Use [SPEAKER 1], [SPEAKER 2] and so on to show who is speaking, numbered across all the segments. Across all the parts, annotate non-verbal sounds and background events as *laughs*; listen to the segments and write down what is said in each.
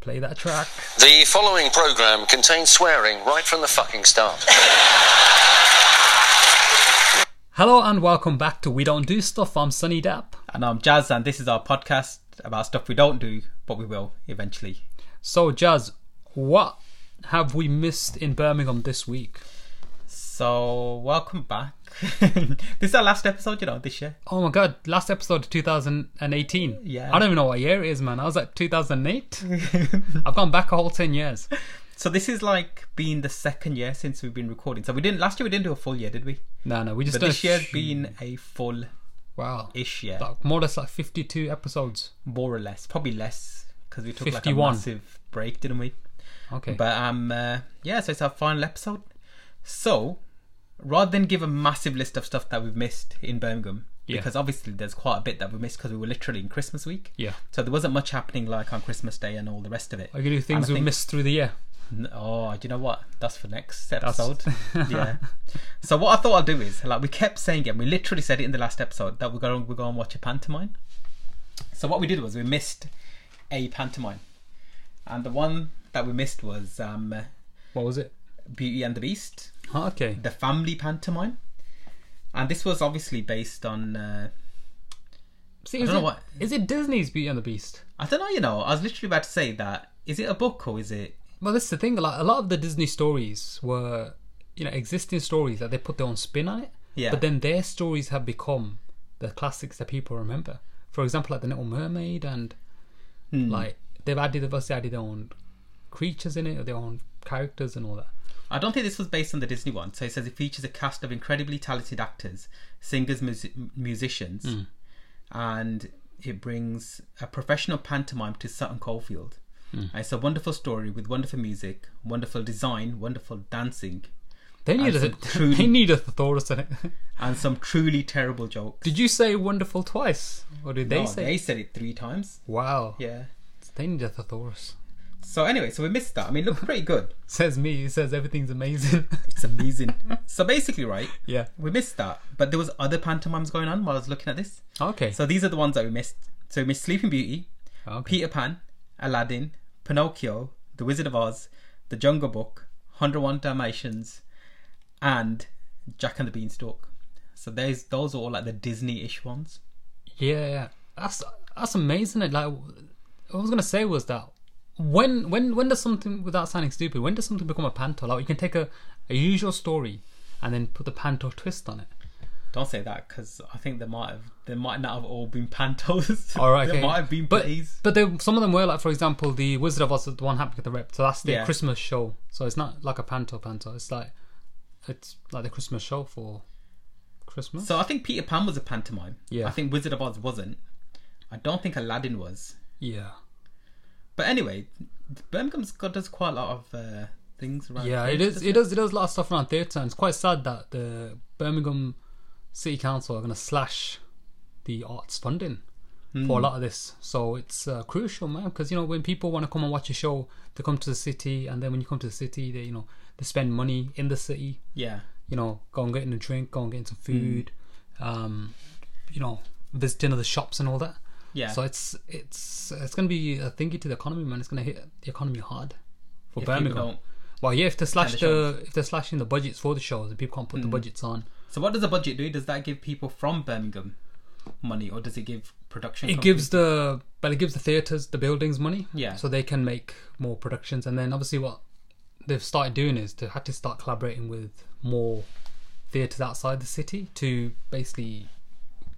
[SPEAKER 1] Play that track.
[SPEAKER 2] The following program contains swearing right from the fucking start.
[SPEAKER 1] Hello and welcome back to We Don't Do Stuff. I'm Sunny Dapp.
[SPEAKER 3] And I'm Jazz, and this is our podcast about stuff we don't do, but we will eventually.
[SPEAKER 1] So, Jazz, what have we missed in Birmingham this week?
[SPEAKER 3] So, welcome back. *laughs* this is our last episode, you know, this year. *laughs*
[SPEAKER 1] Oh my god, last episode of 2018.
[SPEAKER 3] Yeah.
[SPEAKER 1] I don't even know what year it is, man. I was at 2008. I've gone back a whole 10 years.
[SPEAKER 3] So, this is like being the second year since we've been recording. So, we didn't, last year we didn't do a full year, did we?
[SPEAKER 1] No, no, we just
[SPEAKER 3] But
[SPEAKER 1] done a
[SPEAKER 3] this year's
[SPEAKER 1] few-
[SPEAKER 3] been a full
[SPEAKER 1] wow.
[SPEAKER 3] ish year,
[SPEAKER 1] Like, more or less like 52 episodes.
[SPEAKER 3] more or less. Probably less, because we took like a
[SPEAKER 1] 51.
[SPEAKER 3] massive break, didn't we?
[SPEAKER 1] Okay.
[SPEAKER 3] But um, uh, yeah, so it's our final episode. So, rather than give a massive list of stuff that we've missed in Birmingham,
[SPEAKER 1] Yeah.
[SPEAKER 3] because obviously there's quite a bit that we missed because we were literally in Christmas week.
[SPEAKER 1] Yeah.
[SPEAKER 3] So there wasn't much happening like on Christmas Day and all the rest of it.
[SPEAKER 1] Are you going to do things
[SPEAKER 3] And I
[SPEAKER 1] we
[SPEAKER 3] think-
[SPEAKER 1] missed through the year?
[SPEAKER 3] N- Oh, do you know what? That's for
[SPEAKER 1] *laughs*
[SPEAKER 3] next episode. yeah. So what I thought I'll do is like we kept saying it. We literally said it in the last episode that we're going we're going to watch a pantomime. So what we did was we missed a pantomime, and the one that we missed was um,
[SPEAKER 1] What was it?
[SPEAKER 3] Beauty and the Beast
[SPEAKER 1] Oh, okay.
[SPEAKER 3] the family pantomime and this was obviously based on uh,
[SPEAKER 1] See,
[SPEAKER 3] I
[SPEAKER 1] is
[SPEAKER 3] don't know
[SPEAKER 1] it-
[SPEAKER 3] what-
[SPEAKER 1] is it Disney's Beauty and the Beast?
[SPEAKER 3] i don't know you know i was literally about to say that is it a book or is it
[SPEAKER 1] Well, that's the thing. Like a lot of the Disney stories were, you know, existing stories that they put their own spin on it.
[SPEAKER 3] Yeah.
[SPEAKER 1] But then their stories have become the classics that people remember. For example, like the Little Mermaid, and
[SPEAKER 3] Hmm.
[SPEAKER 1] like they've added, they've also added their own creatures in it, or their own characters and all that.
[SPEAKER 3] i don't think this was based on the disney one so it says it features a cast of incredibly talented actors singers mus- musicians
[SPEAKER 1] Hmm.
[SPEAKER 3] and it brings a professional pantomime to sutton coldfield
[SPEAKER 1] Hmm.
[SPEAKER 3] it's a wonderful story with wonderful music wonderful design wonderful dancing
[SPEAKER 1] They need a *laughs*
[SPEAKER 3] some truly-
[SPEAKER 1] they need a thesaurus in it.
[SPEAKER 3] and some truly terrible
[SPEAKER 1] *laughs*
[SPEAKER 3] jokes
[SPEAKER 1] did you say wonderful twice, or did they
[SPEAKER 3] No,
[SPEAKER 1] say?
[SPEAKER 3] they said it three times
[SPEAKER 1] Wow.
[SPEAKER 3] yeah
[SPEAKER 1] They need a thesaurus.
[SPEAKER 3] so anyway so we missed that i mean it looked pretty good
[SPEAKER 1] *laughs* Says me. It says everything's amazing.
[SPEAKER 3] It's amazing. so basically, right,
[SPEAKER 1] *laughs* yeah.
[SPEAKER 3] we missed that, but there was other pantomimes going on while I was looking at this.
[SPEAKER 1] Okay.
[SPEAKER 3] So these are the ones that we missed. So we missed Sleeping Beauty,
[SPEAKER 1] okay.
[SPEAKER 3] Peter Pan, Aladdin, Pinocchio, The Wizard of Oz, The Jungle Book, 101 Dalmatians, and Jack and the Beanstalk. So there's those are all like the Disney-ish ones.
[SPEAKER 1] Yeah, yeah. That's that's amazing. Like I was gonna say was that when when when does something without sounding stupid, when does something become a panto? Like you can take a, a usual story and then put the panto twist
[SPEAKER 3] *laughs*
[SPEAKER 1] on it.
[SPEAKER 3] Don't say that because I think they might have they might not have all been *laughs* pantos.
[SPEAKER 1] All right,
[SPEAKER 3] they
[SPEAKER 1] okay.
[SPEAKER 3] might have been
[SPEAKER 1] but
[SPEAKER 3] plays.
[SPEAKER 1] but they, some of them were like for example the Wizard of Oz, the one happy with the rep. So that's the
[SPEAKER 3] Yeah.
[SPEAKER 1] Christmas show. So it's not like a panto panto. It's like it's like the Christmas show for Christmas.
[SPEAKER 3] So I think Peter Pan was a pantomime.
[SPEAKER 1] Yeah.
[SPEAKER 3] I think Wizard of Oz wasn't. I don't think Aladdin was.
[SPEAKER 1] yeah,
[SPEAKER 3] But anyway, Birmingham's got does quite a lot of uh, things around.
[SPEAKER 1] yeah. It
[SPEAKER 3] theatre,
[SPEAKER 1] is
[SPEAKER 3] doesn't
[SPEAKER 1] it does it does a lot of stuff around theatre, and it's quite sad that the Birmingham City Council are going to slash the arts funding
[SPEAKER 3] Hmm.
[SPEAKER 1] for a lot of this. So it's uh, crucial, man, because you know when people want to come and watch a show, they come to the city, and then when you come to the city, they you know they spend money in the city.
[SPEAKER 3] Yeah.
[SPEAKER 1] You know, go and getting a drink, go and getting
[SPEAKER 3] Hmm.
[SPEAKER 1] some food, um, you know, visiting other shops and all that.
[SPEAKER 3] Yeah.
[SPEAKER 1] So it's it's it's going to be a thingy to the economy, man. It's going to hit the economy hard for
[SPEAKER 3] If people
[SPEAKER 1] Birmingham.
[SPEAKER 3] don't-
[SPEAKER 1] Well, yeah, if they slash
[SPEAKER 3] the Mm.
[SPEAKER 1] the, if they're slashing the budgets for the shows, and people can't put the budgets on,
[SPEAKER 3] So what does the budget do? Does that give people from Birmingham money, or does it give production?
[SPEAKER 1] it
[SPEAKER 3] companies-
[SPEAKER 1] gives the well, it gives the theaters the buildings money,
[SPEAKER 3] Yeah.
[SPEAKER 1] so they can make more productions. And then obviously, what they've started doing is they had to start collaborating with more theaters outside the city to basically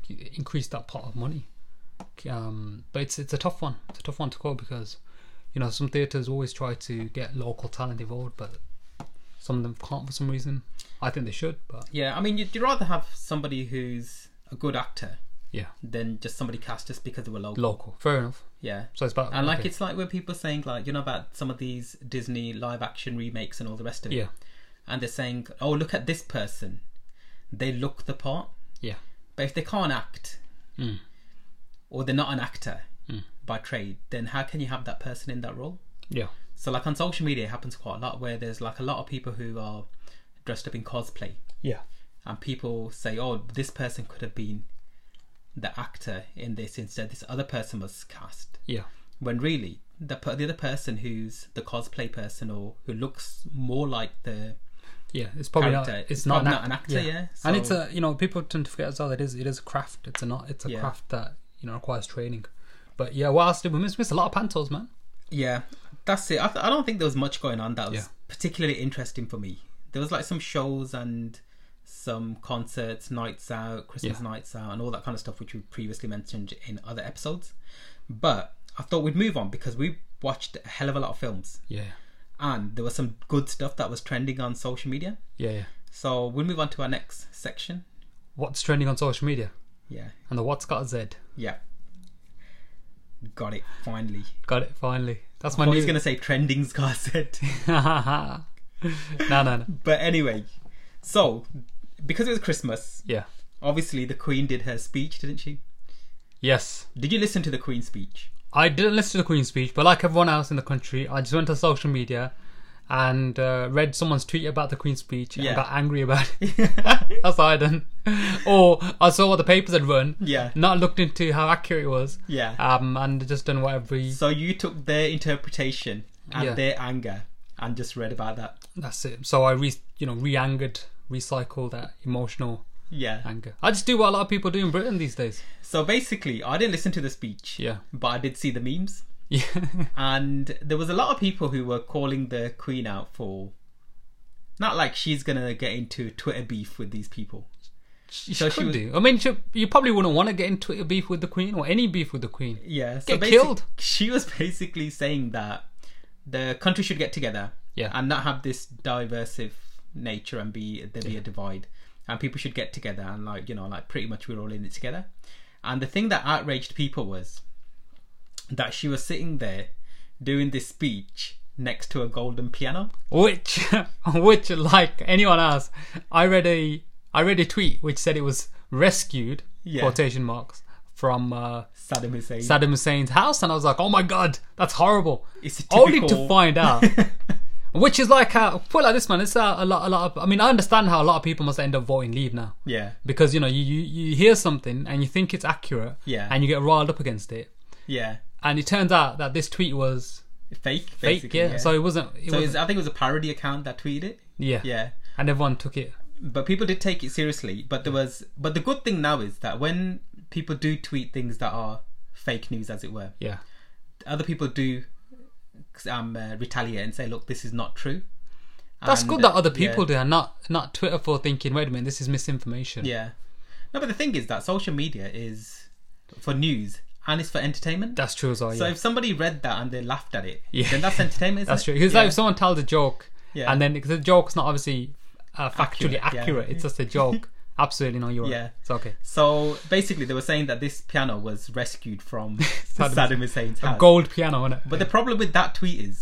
[SPEAKER 1] increase that pot of money. Um, but it's it's a tough one. It's a tough one to call because you know some theaters always try to get local talent involved, but some of them can't for some reason. I think they should, but
[SPEAKER 3] Yeah, I mean, you'd you'd rather have somebody who's a good actor
[SPEAKER 1] yeah,
[SPEAKER 3] than just somebody cast just because they were local.
[SPEAKER 1] local, fair enough.
[SPEAKER 3] Yeah.
[SPEAKER 1] So it's about
[SPEAKER 3] and like
[SPEAKER 1] okay.
[SPEAKER 3] it's like where people saying like you know about some of these Disney live action remakes and all the rest of it.
[SPEAKER 1] yeah,
[SPEAKER 3] And they're saying, oh look at this person, they look the part.
[SPEAKER 1] yeah,
[SPEAKER 3] But if they can't act, or they're not an actor by trade, then how can you have that person in that role?
[SPEAKER 1] yeah.
[SPEAKER 3] So, like on social media, it happens quite a lot where there's like a lot of people who are dressed up in cosplay,
[SPEAKER 1] Yeah.
[SPEAKER 3] and people say, "Oh, this person could have been the actor in this instead. This other person was cast."
[SPEAKER 1] Yeah.
[SPEAKER 3] When really, the per- the other person who's the cosplay person or who looks more like the
[SPEAKER 1] Yeah, it's probably not.
[SPEAKER 3] Character.
[SPEAKER 1] It's
[SPEAKER 3] It's
[SPEAKER 1] not,
[SPEAKER 3] probably
[SPEAKER 1] an,
[SPEAKER 3] not
[SPEAKER 1] act-
[SPEAKER 3] an actor, yeah,
[SPEAKER 1] and it's
[SPEAKER 3] so-
[SPEAKER 1] a you know people tend to forget as well. It is it is a craft. It's a not. It's a
[SPEAKER 3] Yeah.
[SPEAKER 1] craft that you know requires training. But yeah, what else did we miss? Miss a lot of pantos, man.
[SPEAKER 3] yeah that's it I, th- I don't think there was much going on that was
[SPEAKER 1] Yeah.
[SPEAKER 3] particularly interesting for me there was like some shows and some concerts nights out christmas
[SPEAKER 1] Yeah.
[SPEAKER 3] nights out and all that kind of stuff which we previously mentioned in other episodes but i thought we'd move on because we watched a hell of a lot of films
[SPEAKER 1] Yeah,
[SPEAKER 3] and there was some good stuff that was trending on social media
[SPEAKER 1] yeah, yeah.
[SPEAKER 3] so we'll move on to our next section
[SPEAKER 1] What's trending on social media?
[SPEAKER 3] yeah
[SPEAKER 1] And the what's got a Z?
[SPEAKER 3] yeah got it finally
[SPEAKER 1] Got it finally. That's my
[SPEAKER 3] i
[SPEAKER 1] new.
[SPEAKER 3] was gonna say *laughs* trending's got said
[SPEAKER 1] *laughs* no, no, no.
[SPEAKER 3] But anyway, so because it was Christmas,
[SPEAKER 1] Yeah.
[SPEAKER 3] obviously the Queen did her speech, didn't she?
[SPEAKER 1] Yes.
[SPEAKER 3] Did you listen to the Queen's speech? *laughs*
[SPEAKER 1] I didn't listen to the Queen's speech, but like everyone else in the country, I just went to social media and uh, read someone's tweet about the Queen's speech
[SPEAKER 3] Yeah.
[SPEAKER 1] and got angry about it. *laughs* That's what I done. *laughs* Or I saw what the papers had run.
[SPEAKER 3] Yeah.
[SPEAKER 1] Not looked into how accurate it was.
[SPEAKER 3] Yeah.
[SPEAKER 1] Um, and just done whatever. he-
[SPEAKER 3] So you took their interpretation and
[SPEAKER 1] Yeah.
[SPEAKER 3] their anger and just read about that.
[SPEAKER 1] That's it. So I re, you know, re-angered, recycle that emotional
[SPEAKER 3] Yeah.
[SPEAKER 1] anger. I just do what a lot of people do in Britain these days. *laughs*
[SPEAKER 3] So basically, I didn't listen to the speech.
[SPEAKER 1] Yeah.
[SPEAKER 3] But I did see the memes,
[SPEAKER 1] Yeah.
[SPEAKER 3] and there was a lot of people who were calling the Queen out for. Not like she's gonna get into Twitter beef with these people.
[SPEAKER 1] she
[SPEAKER 3] So
[SPEAKER 1] could
[SPEAKER 3] she was-
[SPEAKER 1] do. I mean, she, you probably wouldn't want to get into a beef with the Queen or any beef with the Queen.
[SPEAKER 3] Yeah, so
[SPEAKER 1] Get
[SPEAKER 3] basic-
[SPEAKER 1] killed.
[SPEAKER 3] She was basically saying that the country should get together,
[SPEAKER 1] Yeah.
[SPEAKER 3] and not have this diversive nature and be there be a divide, and people should get together and like you know like pretty much we're all in it together. And the thing that outraged people was that she was sitting there doing this speech next to a golden piano.
[SPEAKER 1] which *laughs* which like anyone else i read a i read a tweet which said it was rescued
[SPEAKER 3] Yeah.
[SPEAKER 1] quotation marks from uh,
[SPEAKER 3] Saddam Hussein.
[SPEAKER 1] saddam hussein's house and i was like oh my god that's horrible
[SPEAKER 3] It's a
[SPEAKER 1] only to
[SPEAKER 3] typical-
[SPEAKER 1] find
[SPEAKER 3] *laughs*
[SPEAKER 1] out which is like how put it like this man it's uh, a lot a lot of i mean i understand how a lot of people must end up voting leave now
[SPEAKER 3] yeah,
[SPEAKER 1] because you know you, you you hear something and you think it's accurate
[SPEAKER 3] Yeah.
[SPEAKER 1] and you get riled up against it
[SPEAKER 3] yeah,
[SPEAKER 1] and it turns out that this tweet was
[SPEAKER 3] fake,
[SPEAKER 1] fake
[SPEAKER 3] basically.
[SPEAKER 1] yeah, so it wasn't it
[SPEAKER 3] So it's-
[SPEAKER 1] was
[SPEAKER 3] I think it was a parody account that tweeted it.
[SPEAKER 1] yeah
[SPEAKER 3] Yeah.
[SPEAKER 1] and everyone took it
[SPEAKER 3] but people did take it seriously but there was but the good thing now is that when people do tweet things that are fake news as it were
[SPEAKER 1] yeah
[SPEAKER 3] other people do um uh, retaliate and say look this is not true
[SPEAKER 1] That's
[SPEAKER 3] And,
[SPEAKER 1] good that other
[SPEAKER 3] yeah,
[SPEAKER 1] people do, and not not Twitter for thinking. Wait a minute, this is misinformation.
[SPEAKER 3] yeah no but the thing is that social media is for news and it's for entertainment
[SPEAKER 1] that's true as well.
[SPEAKER 3] so
[SPEAKER 1] yeah,
[SPEAKER 3] if somebody read that and they laughed at it
[SPEAKER 1] Yeah.
[SPEAKER 3] then that's entertainment isn't
[SPEAKER 1] that's
[SPEAKER 3] it?
[SPEAKER 1] true. Because
[SPEAKER 3] yeah.
[SPEAKER 1] like if someone tells a joke,
[SPEAKER 3] Yeah.
[SPEAKER 1] and then because the joke's not obviously uh, factually accurate,
[SPEAKER 3] Accurate, yeah.
[SPEAKER 1] it's just a
[SPEAKER 3] *laughs*
[SPEAKER 1] joke. Absolutely, no, you're right.
[SPEAKER 3] Yeah.
[SPEAKER 1] It's okay.
[SPEAKER 3] so basically they were saying that this piano was rescued from
[SPEAKER 1] *laughs* Saddam
[SPEAKER 3] Saddam, Hussein's house
[SPEAKER 1] Gold piano, innit?
[SPEAKER 3] Uh, But the problem with that tweet is,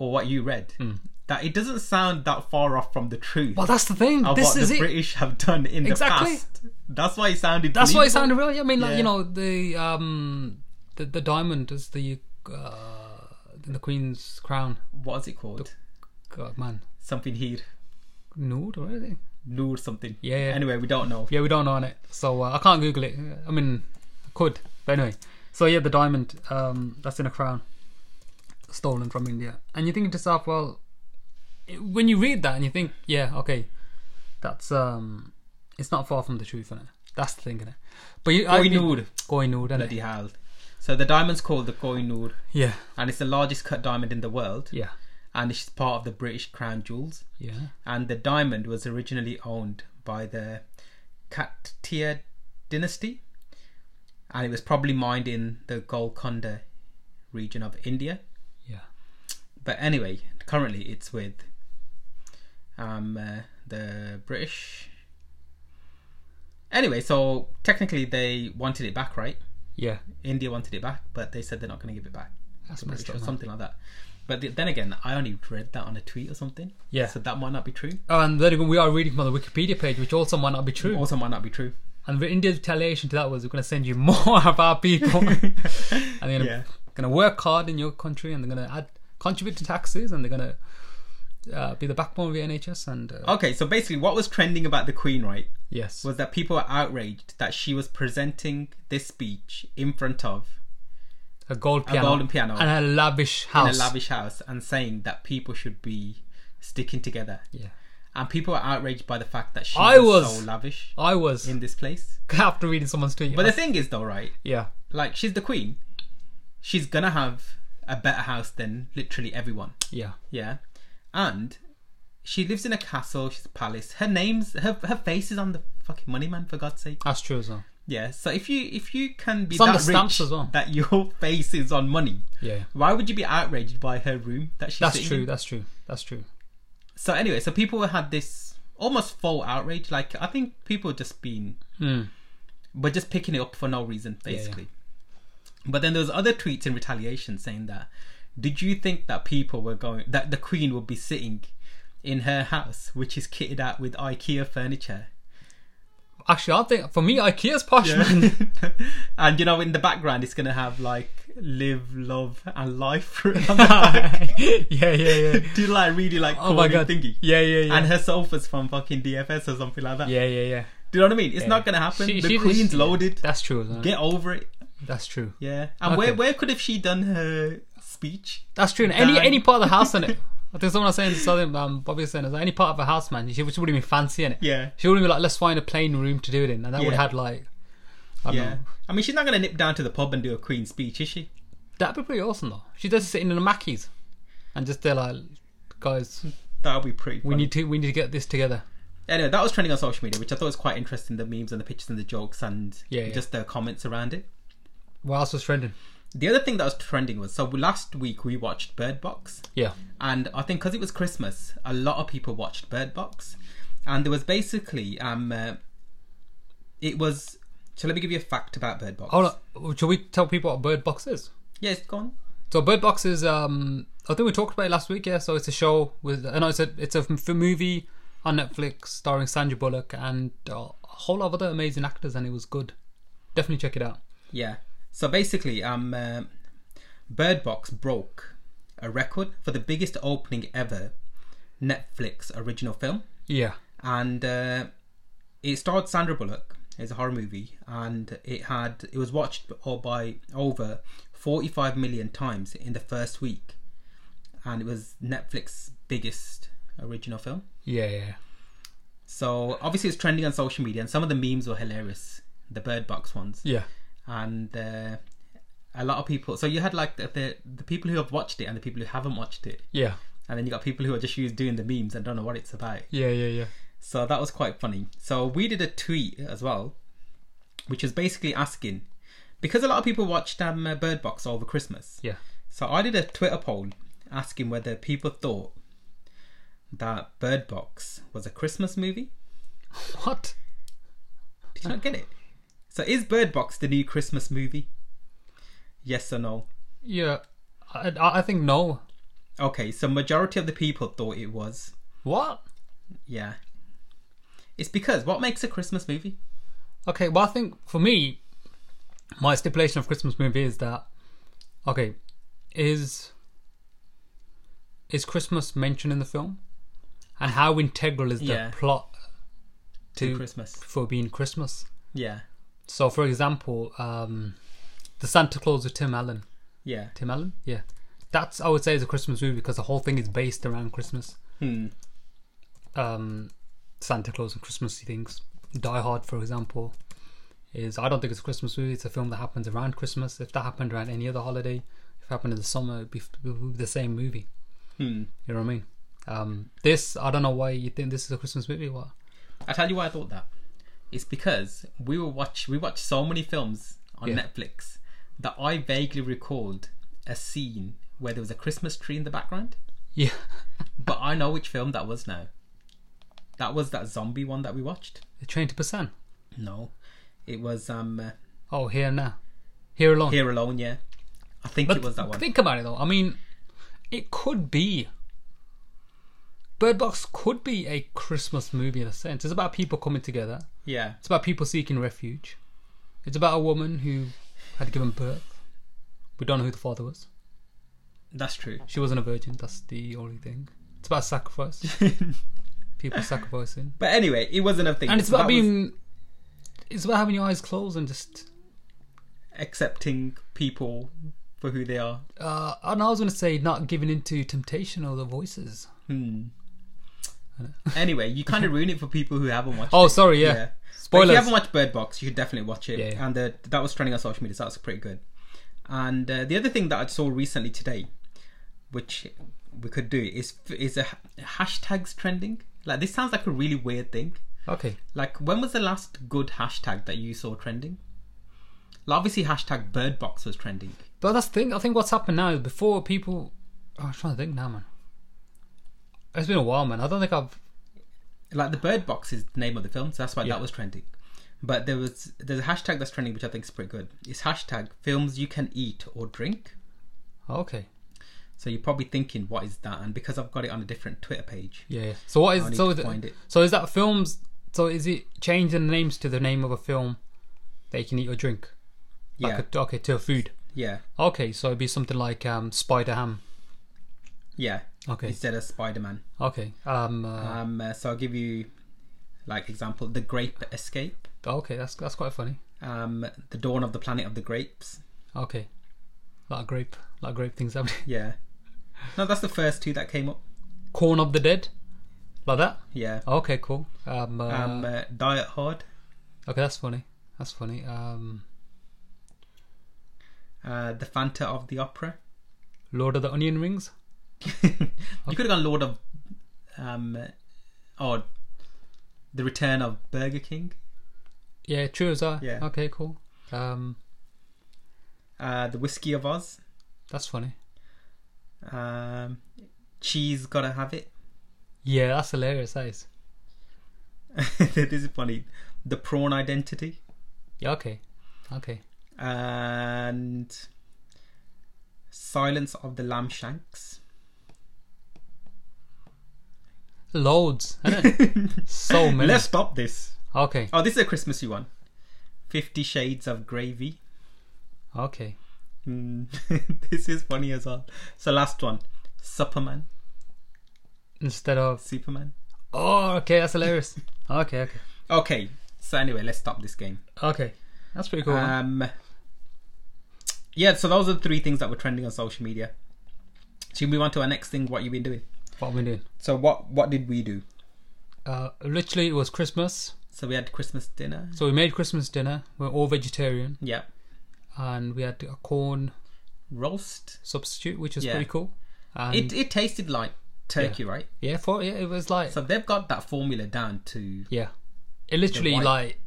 [SPEAKER 3] or what you read,
[SPEAKER 1] Hmm.
[SPEAKER 3] that it doesn't sound that far off from the truth
[SPEAKER 1] well, that's the thing.
[SPEAKER 3] of
[SPEAKER 1] This
[SPEAKER 3] what
[SPEAKER 1] is
[SPEAKER 3] the
[SPEAKER 1] it.
[SPEAKER 3] British have done in
[SPEAKER 1] Exactly.
[SPEAKER 3] the past. That's why it sounded.
[SPEAKER 1] that's why it
[SPEAKER 3] believable.
[SPEAKER 1] sounded real. Yeah, I mean, like
[SPEAKER 3] Yeah.
[SPEAKER 1] you know, the um, the, the diamond is the uh, the Queen's crown.
[SPEAKER 3] What is it called?
[SPEAKER 1] God, man,
[SPEAKER 3] Something here,
[SPEAKER 1] nude or anything.
[SPEAKER 3] Noor something.
[SPEAKER 1] Yeah, yeah.
[SPEAKER 3] Anyway, we don't know.
[SPEAKER 1] Yeah, we don't know on it, so uh, I can't Google it. I mean, I could, but anyway. So yeah, the diamond um, that's in a crown, stolen from India, and you think to yourself, well, it- when you read that and you think, yeah, okay, that's um, it's not far from the truth, innit? That's the thing, innit? But you, I mean-
[SPEAKER 3] Kohinoor.
[SPEAKER 1] Kohinoor, innit?
[SPEAKER 3] Bloody hell. So the diamond's called the Kohinoor,
[SPEAKER 1] Yeah,
[SPEAKER 3] and it's the largest cut diamond in the world,
[SPEAKER 1] yeah,
[SPEAKER 3] and it's part of the British crown jewels.
[SPEAKER 1] yeah.
[SPEAKER 3] And the diamond was originally owned by the Kaktia dynasty, and it was probably mined in the Golconda region of India.
[SPEAKER 1] Yeah.
[SPEAKER 3] But anyway, currently it's with um, uh, the British. Anyway, so technically they wanted it back, right?
[SPEAKER 1] Yeah,
[SPEAKER 3] India wanted it back, but they said they're not going to give it back.
[SPEAKER 1] that's
[SPEAKER 3] to the
[SPEAKER 1] messed
[SPEAKER 3] British
[SPEAKER 1] up.
[SPEAKER 3] or
[SPEAKER 1] man.
[SPEAKER 3] something like that. But th- then again, I only read that on a tweet or something.
[SPEAKER 1] Yeah.
[SPEAKER 3] So that might not be true.
[SPEAKER 1] Oh, and there you go, we are reading from the Wikipedia page, which also might not be true.
[SPEAKER 3] Also, might not be true.
[SPEAKER 1] And the India's retaliation to that was we're going to send you *laughs* more of our
[SPEAKER 3] *laughs*
[SPEAKER 1] people. and they're going
[SPEAKER 3] Yeah.
[SPEAKER 1] to work hard in your country and they're going to add contribute to taxes and they're going to uh, be the backbone of the NHS. And uh,
[SPEAKER 3] Okay, so basically, what was trending about the Queen, right,
[SPEAKER 1] yes.
[SPEAKER 3] was that people were outraged that she was presenting this speech in front of
[SPEAKER 1] a gold piano,
[SPEAKER 3] golden piano.
[SPEAKER 1] and a lavish house.
[SPEAKER 3] in a lavish house and saying that people should be sticking together.
[SPEAKER 1] Yeah,
[SPEAKER 3] And people were outraged by the fact that she
[SPEAKER 1] I
[SPEAKER 3] was,
[SPEAKER 1] was.
[SPEAKER 3] so lavish
[SPEAKER 1] I was
[SPEAKER 3] in this place.
[SPEAKER 1] *laughs* after reading someone's tweet.
[SPEAKER 3] But
[SPEAKER 1] I-
[SPEAKER 3] the thing is, though, right?
[SPEAKER 1] yeah,
[SPEAKER 3] Like, she's the queen. She's gonna have a better house than literally everyone.
[SPEAKER 1] yeah,
[SPEAKER 3] Yeah. And she lives in a castle, she's a palace. Her name's her her face is on the fucking money man for God's sake.
[SPEAKER 1] that's true as well.
[SPEAKER 3] Yeah. So if you if you can be
[SPEAKER 1] It's on
[SPEAKER 3] that
[SPEAKER 1] the stamps
[SPEAKER 3] rich
[SPEAKER 1] as well.
[SPEAKER 3] that your *laughs* face is on money,
[SPEAKER 1] Yeah,
[SPEAKER 3] why would you be outraged by her room that she's
[SPEAKER 1] that's
[SPEAKER 3] sitting
[SPEAKER 1] true.
[SPEAKER 3] in?
[SPEAKER 1] That's true. That's true.
[SPEAKER 3] So anyway, so people had this almost full outrage. Like I think people just been but just picking it up for no reason,
[SPEAKER 1] Hmm. yeah.
[SPEAKER 3] basically. But then there was other tweets in retaliation saying that did you think that people were going that the Queen would be sitting in her house, which is kitted out with IKEA furniture?
[SPEAKER 1] Actually, I think for me, IKEA's posh man.
[SPEAKER 3] *laughs* and you know, in the background it's gonna have like live, love and life *laughs* written on the back.
[SPEAKER 1] *laughs* yeah, yeah, yeah.
[SPEAKER 3] *laughs* Do you like really like
[SPEAKER 1] Oh my
[SPEAKER 3] corny
[SPEAKER 1] god.
[SPEAKER 3] thingy?
[SPEAKER 1] Yeah, yeah, yeah.
[SPEAKER 3] And her sofa's from fucking DFS or something like that.
[SPEAKER 1] yeah, yeah, yeah.
[SPEAKER 3] Do you know what I mean? It's not gonna happen.
[SPEAKER 1] She-
[SPEAKER 3] the
[SPEAKER 1] she-
[SPEAKER 3] queen's
[SPEAKER 1] she-
[SPEAKER 3] loaded.
[SPEAKER 1] That's true. Isn't it?
[SPEAKER 3] Get over it.
[SPEAKER 1] That's true.
[SPEAKER 3] Yeah. And
[SPEAKER 1] Okay.
[SPEAKER 3] where where could have she done her speech?
[SPEAKER 1] That's true. In any
[SPEAKER 3] Damn.
[SPEAKER 1] any part of the house, in
[SPEAKER 3] *laughs*
[SPEAKER 1] it. I think someone was saying something. Um, Bobby was saying is any part of a house, man. She, she wouldn't even fancy in it.
[SPEAKER 3] Yeah.
[SPEAKER 1] She wouldn't be like, let's find a plain room to do it in, and that would
[SPEAKER 3] Yeah.
[SPEAKER 1] have had like, I don't
[SPEAKER 3] Yeah.
[SPEAKER 1] know.
[SPEAKER 3] I mean, she's not gonna nip down to the pub and do a queen speech, is she?
[SPEAKER 1] That'd be pretty awesome though. She does sit in the Mackeys, and just they're like, guys,
[SPEAKER 3] That'll be pretty.
[SPEAKER 1] we need to we need to get this together.
[SPEAKER 3] Anyway, that was trending on social media, which I thought was quite interesting. The memes and the pictures and the jokes and
[SPEAKER 1] Yeah, yeah.
[SPEAKER 3] just the comments around it.
[SPEAKER 1] What else was trending?
[SPEAKER 3] The other thing that was trending was so last week we watched Bird Box.
[SPEAKER 1] Yeah,
[SPEAKER 3] and I think because it was Christmas, a lot of people watched Bird Box, and there was basically um, uh, it was. So let me give you a fact about Bird Box.
[SPEAKER 1] hold on. Shall we tell people what Bird Box is?
[SPEAKER 3] Yes, go on.
[SPEAKER 1] So Bird Box is um I think we talked about it last week, yeah. So it's a show with uh, no, it's a it's a f- movie on Netflix starring Sandra Bullock and uh, a whole lot of other amazing actors, and it was good. Definitely check it out.
[SPEAKER 3] Yeah. So basically, um, uh, Bird Box broke a record for the biggest opening ever Netflix original film.
[SPEAKER 1] Yeah,
[SPEAKER 3] and uh, it starred Sandra Bullock. It's a horror movie, and it had it was watched all by over 45 million times in the first week, and it was Netflix's biggest original film.
[SPEAKER 1] yeah, yeah.
[SPEAKER 3] So obviously, it's trending on social media, and some of the memes were hilarious. The Bird Box ones,
[SPEAKER 1] Yeah,
[SPEAKER 3] and uh, a lot of people. So you had like the, the the people who have watched it and the people who haven't watched it,
[SPEAKER 1] yeah,
[SPEAKER 3] and then you got people who are just used doing the memes and don't know what it's about.
[SPEAKER 1] yeah, yeah, yeah.
[SPEAKER 3] So that was quite funny. So we did a tweet as well, which was basically asking because a lot of people watched um, uh, Bird Box over Christmas.
[SPEAKER 1] Yeah.
[SPEAKER 3] So I did a Twitter poll asking whether people thought that Bird Box was a Christmas movie.
[SPEAKER 1] What?
[SPEAKER 3] Did you not get it? So is Bird Box the new Christmas movie? Yes or no?
[SPEAKER 1] Yeah, I, I I think no.
[SPEAKER 3] Okay, so majority of the people thought it was.
[SPEAKER 1] What?
[SPEAKER 3] Yeah. It's because what makes a Christmas movie?
[SPEAKER 1] Okay, well I think for me, my stipulation of Christmas movie is that okay, is is Christmas mentioned in the film, and how integral is the
[SPEAKER 3] Yeah.
[SPEAKER 1] plot to
[SPEAKER 3] Christmas.
[SPEAKER 1] for being Christmas?
[SPEAKER 3] Yeah.
[SPEAKER 1] So, for example, um, the Santa Claus with Tim Allen.
[SPEAKER 3] Yeah.
[SPEAKER 1] Tim Allen, yeah, that's I would say is a Christmas movie because the whole thing is based around Christmas.
[SPEAKER 3] Hmm.
[SPEAKER 1] Um, Santa Claus and Christmassy things. Die Hard, for example, is I don't think it's a Christmas movie. It's a film that happens around Christmas. If that happened around any other holiday, if it happened in the summer, it'd be, it would be the same movie.
[SPEAKER 3] Hmm.
[SPEAKER 1] You know what I mean? Um, this I don't know why you think this is a Christmas movie. What?
[SPEAKER 3] I tell you why I thought that. It's because we were watch we watched so many films on
[SPEAKER 1] Yeah.
[SPEAKER 3] Netflix that I vaguely recalled a scene where there was a Christmas tree in the background.
[SPEAKER 1] Yeah, *laughs*
[SPEAKER 3] But I know which film that was now. That was that zombie one that we watched.
[SPEAKER 1] the Train to Busan.
[SPEAKER 3] No, it was um uh,
[SPEAKER 1] Oh, here and now, here alone.
[SPEAKER 3] Here Alone. Yeah, I think
[SPEAKER 1] But
[SPEAKER 3] it was that one.
[SPEAKER 1] Think about it though. I mean, it could be. Bird Box could be a Christmas movie in a sense. It's about people coming together.
[SPEAKER 3] Yeah,
[SPEAKER 1] It's about people seeking refuge. It's about a woman who had given birth. We don't know who the father was.
[SPEAKER 3] that's true.
[SPEAKER 1] She wasn't a virgin. That's the only thing. It's about
[SPEAKER 3] *laughs*
[SPEAKER 1] sacrifice. people sacrificing,
[SPEAKER 3] But anyway, it wasn't a thing.
[SPEAKER 1] and it's
[SPEAKER 3] So
[SPEAKER 1] about
[SPEAKER 3] that was
[SPEAKER 1] being. It's about having your eyes closed and just
[SPEAKER 3] accepting people for who they are.
[SPEAKER 1] Uh, and I was going to say not giving into temptation or the voices.
[SPEAKER 3] Anyway,
[SPEAKER 1] *laughs*
[SPEAKER 3] you kind of ruin it for people who haven't watched.
[SPEAKER 1] Oh,
[SPEAKER 3] it.
[SPEAKER 1] sorry, yeah.
[SPEAKER 3] But if you
[SPEAKER 1] Spoilers.
[SPEAKER 3] haven't watched Bird Box, you should definitely watch it.
[SPEAKER 1] Yeah.
[SPEAKER 3] And the, that was trending on social media, so that's pretty good. And uh, the other thing that I saw recently today, which we could do, is is a hashtags trending. Like this sounds like a really weird thing.
[SPEAKER 1] Okay.
[SPEAKER 3] Like when was the last good hashtag that you saw trending? Like obviously hashtag Bird Box was trending.
[SPEAKER 1] But that's the thing. I think what's happened now is before people. Oh, I'm trying to think now, man. It's been a while, man. I don't think I've.
[SPEAKER 3] like the bird box is the name of the film so that's why
[SPEAKER 1] Yeah.
[SPEAKER 3] that was trending but there was there's a hashtag that's trending which i think is pretty good it's hashtag films you can eat or drink
[SPEAKER 1] oh, Okay.
[SPEAKER 3] so you're probably thinking what is that and because i've got it on a different twitter page
[SPEAKER 1] Yeah. yeah. So what
[SPEAKER 3] I
[SPEAKER 1] is
[SPEAKER 3] need
[SPEAKER 1] so?
[SPEAKER 3] to
[SPEAKER 1] Is
[SPEAKER 3] find it.
[SPEAKER 1] it, so is that films? So is it changing the names to the name of a film that you can eat or drink?
[SPEAKER 3] yeah
[SPEAKER 1] Like a, okay, to a food.
[SPEAKER 3] yeah
[SPEAKER 1] Okay, so it'd be something like um, Spider Ham.
[SPEAKER 3] yeah
[SPEAKER 1] Okay.
[SPEAKER 3] instead of spider-man
[SPEAKER 1] Okay. Um. Uh,
[SPEAKER 3] um uh, so i'll give you like example the grape escape
[SPEAKER 1] okay, that's that's quite funny.
[SPEAKER 3] um the dawn of the planet of the grapes
[SPEAKER 1] Okay. Like grape, like grape things *laughs* happening.
[SPEAKER 3] yeah no that's the first two that came up
[SPEAKER 1] Corn of the Dead, like that.
[SPEAKER 3] yeah
[SPEAKER 1] Okay, cool. Um. Uh,
[SPEAKER 3] um uh, diet hard
[SPEAKER 1] okay, that's funny. That's funny. Um.
[SPEAKER 3] uh, the fanta of the opera *laughs*
[SPEAKER 1] Lord of the Onion Rings.
[SPEAKER 3] You could have gone Lord of, um, or the Return of Burger King,
[SPEAKER 1] Yeah, true as I.
[SPEAKER 3] Yeah.
[SPEAKER 1] Okay, cool. Um.
[SPEAKER 3] uh, the Whiskey of Oz,
[SPEAKER 1] That's funny.
[SPEAKER 3] um, cheese gotta have it.
[SPEAKER 1] Yeah, that's hilarious. That is.
[SPEAKER 3] *laughs* this is funny. The prawn identity
[SPEAKER 1] Yeah. Okay. Okay.
[SPEAKER 3] and Silence of the Lamb Shanks.
[SPEAKER 1] Loads. innit?
[SPEAKER 3] *laughs*
[SPEAKER 1] so many.
[SPEAKER 3] Let's stop this.
[SPEAKER 1] Okay.
[SPEAKER 3] Oh, this is a Christmassy one. Fifty Shades of Gravy.
[SPEAKER 1] Okay.
[SPEAKER 3] Hmm. *laughs* this is funny as well. So last one, Superman.
[SPEAKER 1] Instead of
[SPEAKER 3] Superman.
[SPEAKER 1] oh, okay, that's hilarious. okay. Okay.
[SPEAKER 3] Okay. So anyway, let's stop this game.
[SPEAKER 1] Okay. That's pretty cool. man.
[SPEAKER 3] Um, yeah, so those are the three things that were trending on social media. Should we move on to our next thing? What you've been doing?
[SPEAKER 1] What am I doing?
[SPEAKER 3] So what what did we do?
[SPEAKER 1] Uh, literally, it was Christmas,
[SPEAKER 3] So we had Christmas dinner.
[SPEAKER 1] so we made Christmas dinner. We're all vegetarian,
[SPEAKER 3] Yeah,
[SPEAKER 1] and we had a corn
[SPEAKER 3] roast.
[SPEAKER 1] substitute, which was
[SPEAKER 3] Yeah.
[SPEAKER 1] pretty cool. And
[SPEAKER 3] It it tasted like turkey, right?
[SPEAKER 1] yeah, for yeah, it was like
[SPEAKER 3] So they've got that formula down to
[SPEAKER 1] yeah, it literally
[SPEAKER 3] white-
[SPEAKER 1] like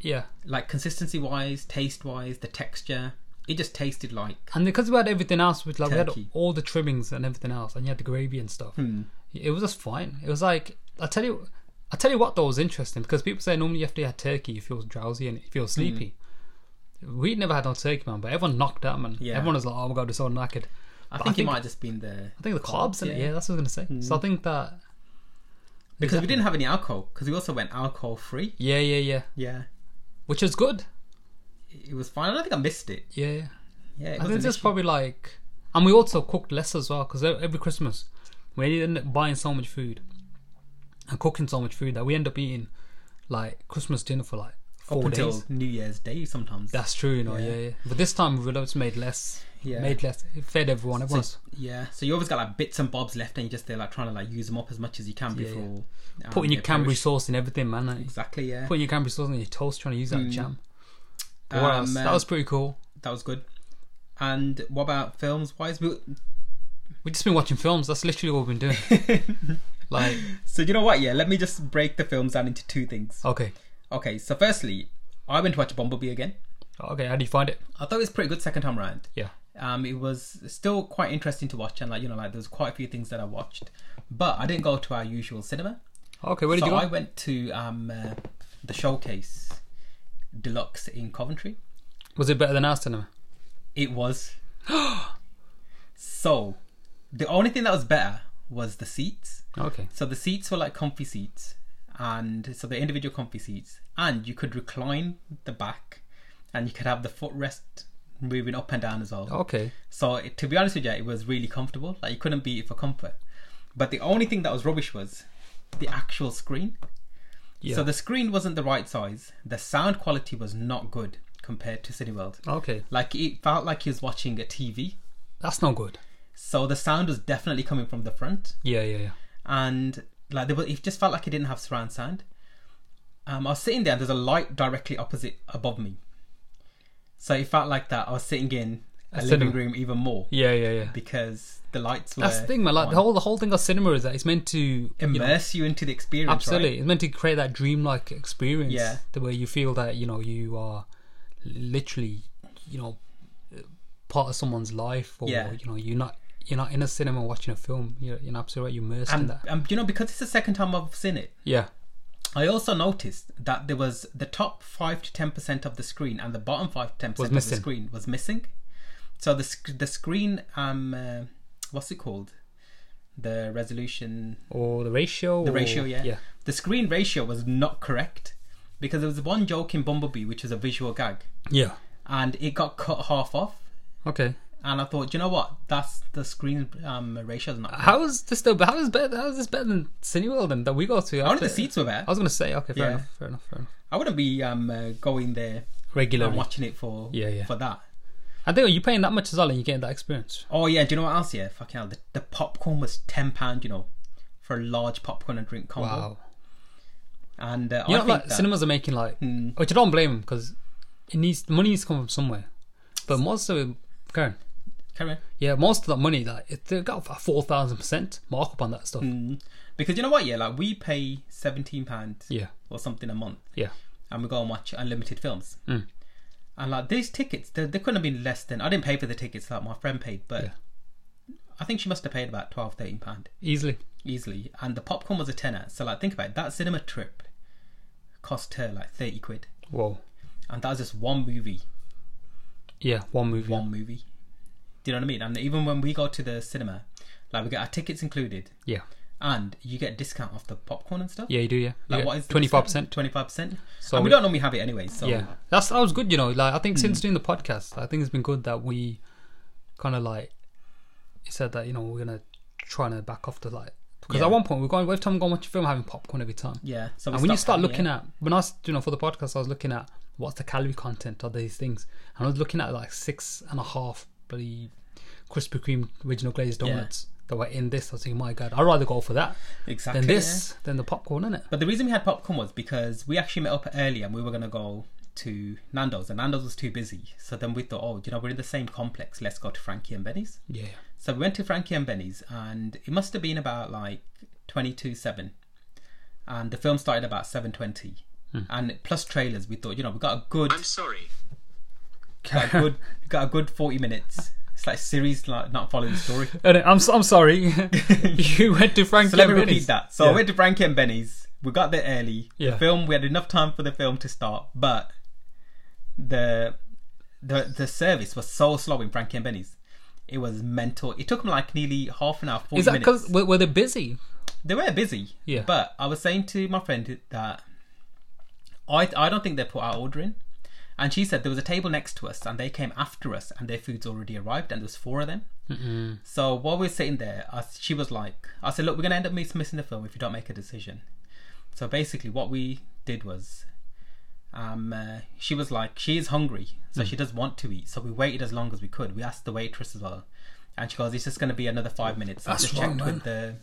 [SPEAKER 1] yeah,
[SPEAKER 3] like consistency wise, taste wise, the texture. It just tasted like
[SPEAKER 1] and because we had everything else, with like we
[SPEAKER 3] Turkey. Hmm.
[SPEAKER 1] had all the trimmings and everything else, and you had the gravy and stuff. It was just fine. It was like I tell you, I tell you what though was interesting because people say normally after you have turkey, you feel drowsy and you feel
[SPEAKER 3] Hmm.
[SPEAKER 1] sleepy. We never had no turkey, man, but everyone knocked out, man.
[SPEAKER 3] Yeah.
[SPEAKER 1] Everyone was like, "Oh my god, we're so knackered."
[SPEAKER 3] I
[SPEAKER 1] But
[SPEAKER 3] think, it might have just been the
[SPEAKER 1] I think the carbs in it.
[SPEAKER 3] yeah. Hmm.
[SPEAKER 1] Yeah, that's what I was gonna say. So I think that
[SPEAKER 3] because we didn't have any alcohol because we also went alcohol free.
[SPEAKER 1] yeah, yeah, yeah,
[SPEAKER 3] Yeah,
[SPEAKER 1] which is good.
[SPEAKER 3] it was fine. I don't think I missed it.
[SPEAKER 1] Yeah, yeah.
[SPEAKER 3] Yeah, it
[SPEAKER 1] I
[SPEAKER 3] wasn't
[SPEAKER 1] think that's
[SPEAKER 3] issue.
[SPEAKER 1] probably like, and we also cooked less as well because every Christmas we end up buying so much food and cooking so much food that we end up eating like Christmas dinner for like
[SPEAKER 3] up
[SPEAKER 1] four
[SPEAKER 3] until
[SPEAKER 1] days.
[SPEAKER 3] New Year's Day sometimes.
[SPEAKER 1] That's true, you know.
[SPEAKER 3] Yeah.
[SPEAKER 1] Yeah, yeah. But this time we just made less.
[SPEAKER 3] Yeah.
[SPEAKER 1] Made less. It fed everyone. It was
[SPEAKER 3] yeah. So you always got like bits and bobs left, and you just there like trying to like use them up as much as you can
[SPEAKER 1] Yeah,
[SPEAKER 3] before um,
[SPEAKER 1] putting your
[SPEAKER 3] they
[SPEAKER 1] Cambry
[SPEAKER 3] perish.
[SPEAKER 1] sauce in everything, man. like,
[SPEAKER 3] Exactly. Mm. Yeah.
[SPEAKER 1] Putting your Cambry sauce in your toast, trying to use that jam. But
[SPEAKER 3] Um,
[SPEAKER 1] what else?
[SPEAKER 3] uh,
[SPEAKER 1] that was pretty cool.
[SPEAKER 3] that was good. And what about films wise? We,
[SPEAKER 1] We've just been watching films. That's literally what we've been
[SPEAKER 3] *laughs*
[SPEAKER 1] doing. like,
[SPEAKER 3] so you know what? Yeah. Let me just break the films down into two things.
[SPEAKER 1] okay,
[SPEAKER 3] Okay. So firstly, I went to watch Bumblebee again.
[SPEAKER 1] okay. How do you find it?
[SPEAKER 3] I thought it was pretty good second time round.
[SPEAKER 1] Yeah.
[SPEAKER 3] Um, it was still quite interesting to watch, and like you know, like there was quite a few things that I watched, but I didn't go to our usual cinema.
[SPEAKER 1] Okay. Where did
[SPEAKER 3] so
[SPEAKER 1] you go?
[SPEAKER 3] I went to um, uh, the showcase deluxe in Coventry.
[SPEAKER 1] Was it better than our cinema? *gasps*
[SPEAKER 3] It was *gasps* so. The only thing that was better was the seats.
[SPEAKER 1] Okay.
[SPEAKER 3] So the seats were like comfy seats, and so the individual comfy seats, and you could recline the back, and you could have the footrest moving up and down as well.
[SPEAKER 1] Okay.
[SPEAKER 3] So it, to be honest with you, it was really comfortable. Like you couldn't beat it for comfort. But the only thing that was rubbish was the actual screen.
[SPEAKER 1] Yeah.
[SPEAKER 3] So the screen wasn't the right size. The sound quality was not good. compared to Cineworld.
[SPEAKER 1] Okay,
[SPEAKER 3] Like it felt like he was watching a TV.
[SPEAKER 1] that's not good.
[SPEAKER 3] So the sound was definitely coming from the front,
[SPEAKER 1] Yeah, yeah, yeah.
[SPEAKER 3] and like there was, it just felt like it didn't have surround sound. Um, I was sitting there, and there's a light directly opposite above me, so it felt like that I was sitting in a,
[SPEAKER 1] A
[SPEAKER 3] living
[SPEAKER 1] cinema.
[SPEAKER 3] room even more
[SPEAKER 1] Yeah, yeah, yeah.
[SPEAKER 3] because the lights were.
[SPEAKER 1] That's the thing, man. Like the
[SPEAKER 3] on.
[SPEAKER 1] whole the whole thing of cinema is that it's meant to you know,
[SPEAKER 3] immerse you into the experience. right?
[SPEAKER 1] Absolutely, it's meant to create that dreamlike experience.
[SPEAKER 3] Yeah.
[SPEAKER 1] the way you feel that you know you are literally, you know, part of someone's life, or
[SPEAKER 3] Yeah.
[SPEAKER 1] you know you're not you're not in a cinema watching a film. You're, you're absolutely right. You're immersed in
[SPEAKER 3] And,
[SPEAKER 1] that.
[SPEAKER 3] and you know because it's the second time I've seen it,
[SPEAKER 1] Yeah,
[SPEAKER 3] I also noticed that there was the top five to ten percent of the screen and the bottom five to ten
[SPEAKER 1] Was
[SPEAKER 3] percent of the
[SPEAKER 1] missing.
[SPEAKER 3] screen was missing. So the sc- the screen um uh, what's it called? The resolution,
[SPEAKER 1] or the ratio.
[SPEAKER 3] the
[SPEAKER 1] or-
[SPEAKER 3] ratio, yeah.
[SPEAKER 1] Oh, yeah,
[SPEAKER 3] The screen ratio was not correct because there was one joke in Bumblebee which was a visual gag,
[SPEAKER 1] yeah.
[SPEAKER 3] and it got cut half off.
[SPEAKER 1] Okay,
[SPEAKER 3] And I thought, you know what? That's the screen um ratio is not. correct."
[SPEAKER 1] how is this though? How is better? How is this better than Cineworld and that we go to?
[SPEAKER 3] Only
[SPEAKER 1] after-
[SPEAKER 3] the seats were there.
[SPEAKER 1] I was gonna say okay, fair
[SPEAKER 3] Yeah.
[SPEAKER 1] enough, fair enough, fair enough.
[SPEAKER 3] I wouldn't be um uh, going there and
[SPEAKER 1] Regularly,
[SPEAKER 3] watching it for
[SPEAKER 1] Yeah, yeah.
[SPEAKER 3] for that.
[SPEAKER 1] I think you're paying that much as well, and you're getting that experience.
[SPEAKER 3] Oh yeah, do you know what else? Yeah, fucking hell. The, the popcorn was ten pound. You know, for a large popcorn and drink combo.
[SPEAKER 1] Wow.
[SPEAKER 3] And uh,
[SPEAKER 1] You
[SPEAKER 3] I
[SPEAKER 1] know,
[SPEAKER 3] think
[SPEAKER 1] like
[SPEAKER 3] that, Hmm.
[SPEAKER 1] cinemas are making like, which I don't blame them because it needs money needs to come from somewhere. But most of it, Karen,
[SPEAKER 3] Carry on.
[SPEAKER 1] yeah, most of that money, like it, they got a four thousand percent markup on that stuff.
[SPEAKER 3] Hmm. Mm. because you know what? Yeah, like we pay seventeen pounds
[SPEAKER 1] Yeah,
[SPEAKER 3] or something a month,
[SPEAKER 1] yeah,
[SPEAKER 3] and we go and watch unlimited films.
[SPEAKER 1] Mm.
[SPEAKER 3] And like these tickets, they, they couldn't have been less than. I didn't pay for the tickets like my friend paid, but
[SPEAKER 1] Yeah.
[SPEAKER 3] I think she must have paid about 12 13 pound
[SPEAKER 1] easily.
[SPEAKER 3] easily. And the popcorn was a tenner. So like think about it. That cinema trip cost her like thirty quid,
[SPEAKER 1] Whoa,
[SPEAKER 3] and that was just one movie.
[SPEAKER 1] yeah, one movie.
[SPEAKER 3] one movie. Do you know what I mean? And even when we go to the cinema, like we get our tickets included,
[SPEAKER 1] Yeah,
[SPEAKER 3] and you get a discount off the popcorn and stuff.
[SPEAKER 1] yeah, you do. Yeah,
[SPEAKER 3] Like what is
[SPEAKER 1] twenty five percent?
[SPEAKER 3] Twenty five percent.
[SPEAKER 1] So
[SPEAKER 3] And we
[SPEAKER 1] we-
[SPEAKER 3] don't normally have it anyway. So Mm.
[SPEAKER 1] Yeah, that's that was good. You know, like I think since doing the podcast, I think it's been good that we kind of like you said that you know we're gonna try and back off the like because
[SPEAKER 3] Yeah.
[SPEAKER 1] at one point we're going every time we go and watch a film having popcorn every time.
[SPEAKER 3] yeah. So we
[SPEAKER 1] And when you start
[SPEAKER 3] having
[SPEAKER 1] looking
[SPEAKER 3] it.
[SPEAKER 1] at when I was you know for the podcast, I was looking at what's the calorie content of these things, and I was looking at like six and a half bloody Krispy Kreme original glazed
[SPEAKER 3] Yeah.
[SPEAKER 1] donuts that were in this. I was thinking, my god, I'd rather go for that
[SPEAKER 3] exactly
[SPEAKER 1] than
[SPEAKER 3] yeah.
[SPEAKER 1] this than the popcorn in it.
[SPEAKER 3] But the reason we had popcorn was because we actually met up early and we were gonna go to Nando's and Nando's was too busy. So then we thought, oh, you know, we're in the same complex. Let's go to Frankie and Benny's.
[SPEAKER 1] Yeah,
[SPEAKER 3] So we went to Frankie and Benny's, and it must have been about like twenty two seven, and the film started about seven twenty,
[SPEAKER 1] Hmm.
[SPEAKER 3] and plus trailers. We thought, you know, we got a good,
[SPEAKER 4] I'm sorry.
[SPEAKER 3] got a good, got a good forty minutes. It's like series, like not following the
[SPEAKER 1] *laughs*
[SPEAKER 3] story.
[SPEAKER 1] and I'm so- I'm
[SPEAKER 3] *laughs*
[SPEAKER 1] sorry, you went to Frank.
[SPEAKER 3] So let me repeat that. So I
[SPEAKER 1] Yeah.
[SPEAKER 3] went to Frankie and Benny's. We got there early. The
[SPEAKER 1] Yeah.
[SPEAKER 3] film. We had enough time for the film to start, but the the the service was so slow in Frankie and Benny's. It was mental. It took them like nearly half an hour, forty
[SPEAKER 1] Is that
[SPEAKER 3] minutes.
[SPEAKER 1] because were, were they busy?
[SPEAKER 3] they were busy.
[SPEAKER 1] Yeah.
[SPEAKER 3] But I was saying to my friend that I I don't think they put our order in. And she said there was a table next to us and they came after us and their food's already arrived and there was four of them. mm So while we were sitting there, I, she was like, I said, look, we're going to end up miss- missing the film if you don't make a decision. So basically what we did was um, uh, she was like, she is hungry,
[SPEAKER 1] Hmm.
[SPEAKER 3] so she does want to eat. So we waited as long as we could. We asked the waitress as well. And she goes, it's just going to be another five minutes. I
[SPEAKER 1] That's
[SPEAKER 3] just
[SPEAKER 1] wrong,
[SPEAKER 3] checked with the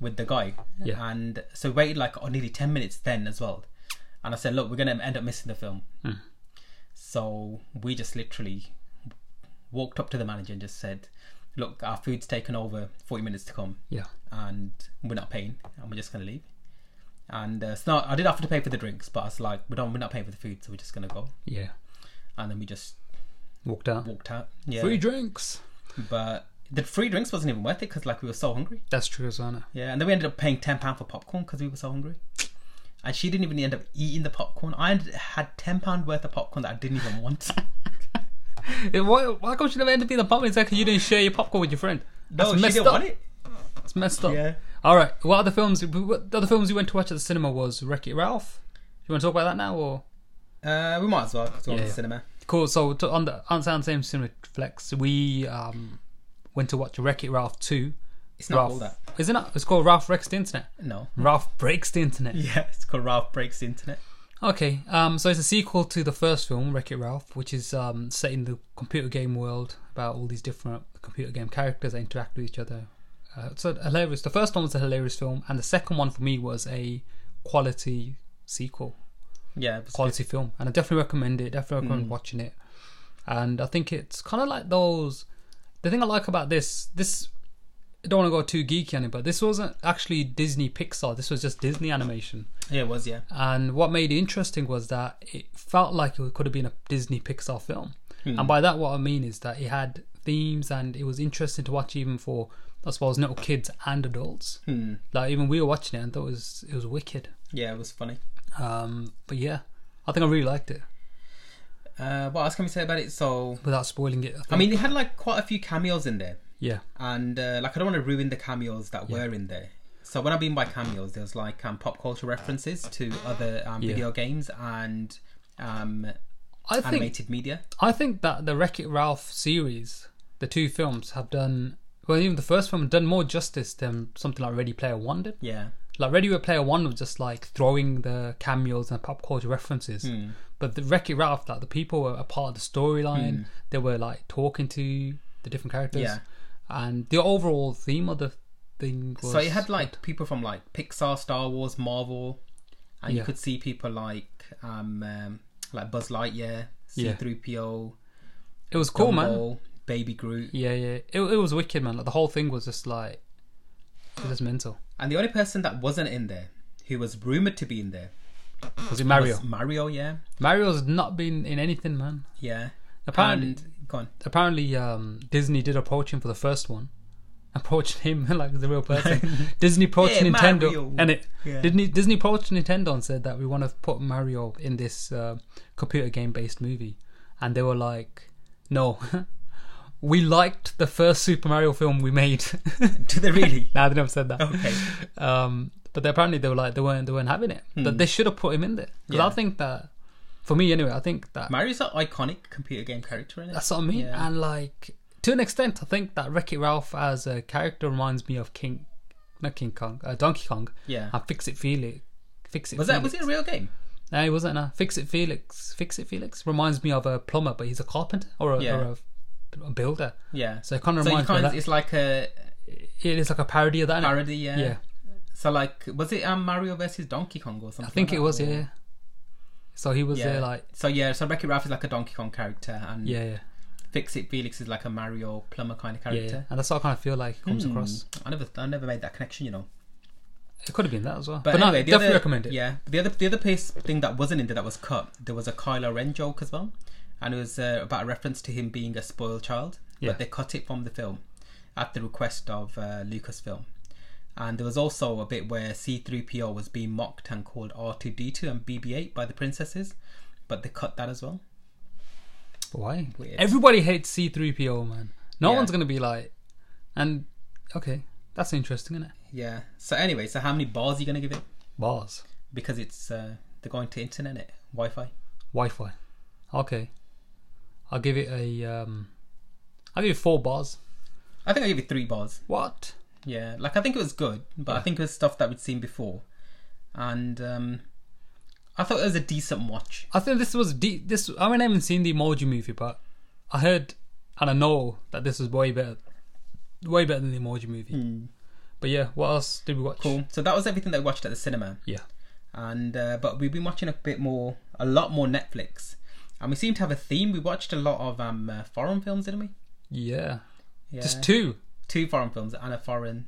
[SPEAKER 3] with the guy.
[SPEAKER 1] Yeah.
[SPEAKER 3] And so we waited like oh, nearly 10 minutes then as well. And I said, look, we're going to end up missing the film.
[SPEAKER 1] Hmm.
[SPEAKER 3] So we just literally walked up to the manager and just said, look, our food's taken over, 40 minutes to come,
[SPEAKER 1] Yeah,
[SPEAKER 3] and we're not paying, and we're just going to leave. And uh, so I did offer to pay for the drinks, but I was like, we don't, we're not paying for the food, so we're just going to go.
[SPEAKER 1] yeah.
[SPEAKER 3] And then we just
[SPEAKER 1] Walked out.
[SPEAKER 3] walked out. Yeah.
[SPEAKER 1] Free drinks.
[SPEAKER 3] but the free drinks wasn't even worth it because like we were so hungry.
[SPEAKER 1] That's true, isn't it?
[SPEAKER 3] Yeah, and then we ended up paying ten pound for popcorn because we were so hungry. And she didn't even end up eating the popcorn. I ended- had ten pound worth of popcorn that I didn't even want. *laughs*
[SPEAKER 1] Yeah, Why, why can't you never end up being the popcorn? It's like you didn't share your popcorn with your friend. That's
[SPEAKER 3] no, she
[SPEAKER 1] messed
[SPEAKER 3] didn't
[SPEAKER 1] up.
[SPEAKER 3] want it.
[SPEAKER 1] That's messed up.
[SPEAKER 3] Yeah.
[SPEAKER 1] All right. What other films? What the other films you went to watch at the cinema was Wreck It Ralph. You want to talk about that now, or
[SPEAKER 3] Uh, we might as well. 'cause we're on
[SPEAKER 1] Yeah,
[SPEAKER 3] the
[SPEAKER 1] yeah.
[SPEAKER 3] cinema.
[SPEAKER 1] cool? So to, on the on the same cinema flex, we um went to watch Wreck It Ralph two.
[SPEAKER 3] It's not
[SPEAKER 1] Ralph,
[SPEAKER 3] called that.
[SPEAKER 1] is it not? It's called Ralph Wrecks the Internet.
[SPEAKER 3] No. *laughs*
[SPEAKER 1] Ralph breaks the internet.
[SPEAKER 3] Yeah, it's called Ralph Breaks the Internet.
[SPEAKER 1] Okay, um, so it's a sequel to the first film, Wreck It Ralph, which is um, set in the computer game world about all these different computer game characters that interact with each other. Uh, so hilarious. The first one was a hilarious film, and the second one for me was a quality sequel,
[SPEAKER 3] Yeah, it was
[SPEAKER 1] quality film, and I definitely recommend it. Definitely recommend watching it. And I think it's kind of like those. The thing I like about this, this, I don't want to go too geeky on it, but this wasn't actually Disney Pixar. This was just Disney animation.
[SPEAKER 3] good. yeah, it was yeah.
[SPEAKER 1] And what made it interesting was that it felt like it could have been a Disney Pixar film. And by that, what I mean is that it had themes and it was interesting to watch even for, I suppose, little kids and adults. Like, even we were watching it and thought it was, it was wicked.
[SPEAKER 3] Yeah, it was funny.
[SPEAKER 1] Um, but yeah, I think I really liked it
[SPEAKER 3] Uh, what else can we say about it? So,
[SPEAKER 1] without spoiling it. think.
[SPEAKER 3] I mean, it had like quite a few cameos in there,
[SPEAKER 1] yeah.
[SPEAKER 3] and uh, like I don't want to ruin the cameos that were in there. So, what I mean by cameos, there's like um, pop culture references to other um, video games and um,
[SPEAKER 1] I think,
[SPEAKER 3] animated media.
[SPEAKER 1] I think that the Wreck It Ralph series, the two films, have done, well, even the first film, done more justice than something like Ready Player One did.
[SPEAKER 3] Yeah,
[SPEAKER 1] Like Ready Player One was just like throwing the cameos and pop culture references,
[SPEAKER 3] Hmm.
[SPEAKER 1] but the Wreck It Ralph, like the people were a part of the storyline. They were like talking to the different characters,
[SPEAKER 3] Hmm. Yeah.
[SPEAKER 1] and the overall theme of the thing was
[SPEAKER 3] so it had like people from like Pixar, Star Wars, Marvel, and
[SPEAKER 1] Yeah.
[SPEAKER 3] you could see people like um, um like Buzz Lightyear, C
[SPEAKER 1] Yeah.
[SPEAKER 3] three PO,
[SPEAKER 1] it was cool, man.
[SPEAKER 3] Baby Groot.
[SPEAKER 1] Yeah, yeah, it it was wicked, man. Like the whole thing was just like it was just mental.
[SPEAKER 3] And the only person that wasn't in there, who was rumored to be in there,
[SPEAKER 1] Was it Mario?
[SPEAKER 3] was Mario. Yeah,
[SPEAKER 1] Mario's not been in anything, man.
[SPEAKER 3] yeah.
[SPEAKER 1] Apparently,
[SPEAKER 3] And go on. *laughs*
[SPEAKER 1] apparently um, Disney did approach him for the first one. *laughs* Approached him *laughs* like the real person. Disney approached
[SPEAKER 3] *laughs* Yeah,
[SPEAKER 1] Nintendo,
[SPEAKER 3] Mario.
[SPEAKER 1] and it
[SPEAKER 3] Yeah.
[SPEAKER 1] Disney Disney approached Nintendo and said that we want to put Mario in this uh, computer game based movie, and they were like, "No, *laughs* we liked the first Super Mario film we made." *laughs*
[SPEAKER 3] Do they really?
[SPEAKER 1] nah, they never said that.
[SPEAKER 3] Okay.
[SPEAKER 1] Um, but they, apparently they were like they weren't they weren't having it. But they should have put him in there because
[SPEAKER 3] Hmm. Yeah.
[SPEAKER 1] I think that, for me anyway, I think that
[SPEAKER 3] Mario's an iconic computer game character in it.
[SPEAKER 1] that's what I mean.
[SPEAKER 3] Yeah.
[SPEAKER 1] And like to an extent, I think that Wreck It Ralph as a character reminds me of King, not King Kong, uh, Donkey Kong.
[SPEAKER 3] Yeah.
[SPEAKER 1] And Fix It Felix. Fix It.
[SPEAKER 3] was that
[SPEAKER 1] Felix.
[SPEAKER 3] was it a real game?
[SPEAKER 1] No, he wasn't. No. Fix It Felix. Fix It Felix reminds me of a plumber, but he's a carpenter or a,
[SPEAKER 3] Yeah.
[SPEAKER 1] or a, a builder.
[SPEAKER 3] Yeah.
[SPEAKER 1] So it kind of
[SPEAKER 3] So you
[SPEAKER 1] reminds me of
[SPEAKER 3] kind of,
[SPEAKER 1] that.
[SPEAKER 3] it's like a
[SPEAKER 1] It is like a parody of that. innit?
[SPEAKER 3] parody. Yeah.
[SPEAKER 1] Yeah.
[SPEAKER 3] So like, was it um, Mario versus Donkey Kong or something?
[SPEAKER 1] I think
[SPEAKER 3] like
[SPEAKER 1] it
[SPEAKER 3] that,
[SPEAKER 1] was.
[SPEAKER 3] or-
[SPEAKER 1] Yeah. So he was there, like
[SPEAKER 3] so yeah, so Wreck-It Ralph is like a Donkey Kong character, and
[SPEAKER 1] yeah, yeah,
[SPEAKER 3] Fix It Felix is like a Mario plumber kind of
[SPEAKER 1] yeah, yeah.
[SPEAKER 3] character. Hmm.
[SPEAKER 1] and that's what I kind of feel like it comes across.
[SPEAKER 3] I never, I never made that connection, you know.
[SPEAKER 1] It could have been that as well, but,
[SPEAKER 3] But,
[SPEAKER 1] no,
[SPEAKER 3] anyway, the
[SPEAKER 1] definitely
[SPEAKER 3] other,
[SPEAKER 1] recommend it.
[SPEAKER 3] Yeah, the other, the other place thing that wasn't in there that was cut. There was a Kylo Ren joke as well, and it was uh, about a reference to him being a spoiled child.
[SPEAKER 1] Yeah.
[SPEAKER 3] But they cut it from the film at the request of uh, Lucasfilm. And there was also a bit where C3PO was being mocked and called R2D2 and BB8 by the princesses, but they cut that as well.
[SPEAKER 1] But why?
[SPEAKER 3] Weird.
[SPEAKER 1] Everybody hates C3PO, man. No
[SPEAKER 3] Yeah.
[SPEAKER 1] one's gonna be like, and okay, that's interesting, isn't it?
[SPEAKER 3] Yeah. So anyway, so how many bars are you gonna give it?
[SPEAKER 1] Bars,
[SPEAKER 3] Because it's uh, they're going to internet, it Wi-Fi.
[SPEAKER 1] Wi-Fi. Okay, I'll give it a. Um, I'll give it four bars.
[SPEAKER 3] I think I give it three bars.
[SPEAKER 1] What?
[SPEAKER 3] Yeah, like I think it was good, but I think it was stuff that we'd seen before, and um, I thought it was a decent watch.
[SPEAKER 1] I think this was de- this. I mean, I haven't seen the Emoji movie, but I heard and I know that this was way better, way better than the Emoji movie. But yeah, what else did we watch?
[SPEAKER 3] Hmm. Cool. So that was everything that we watched at the cinema,
[SPEAKER 1] Yeah.
[SPEAKER 3] and uh, but we've been watching a bit more, a lot more Netflix, and we seem to have a theme. We watched a lot of um uh, foreign films, didn't we?
[SPEAKER 1] Yeah.
[SPEAKER 3] Yeah.
[SPEAKER 1] Just two.
[SPEAKER 3] two foreign films and a foreign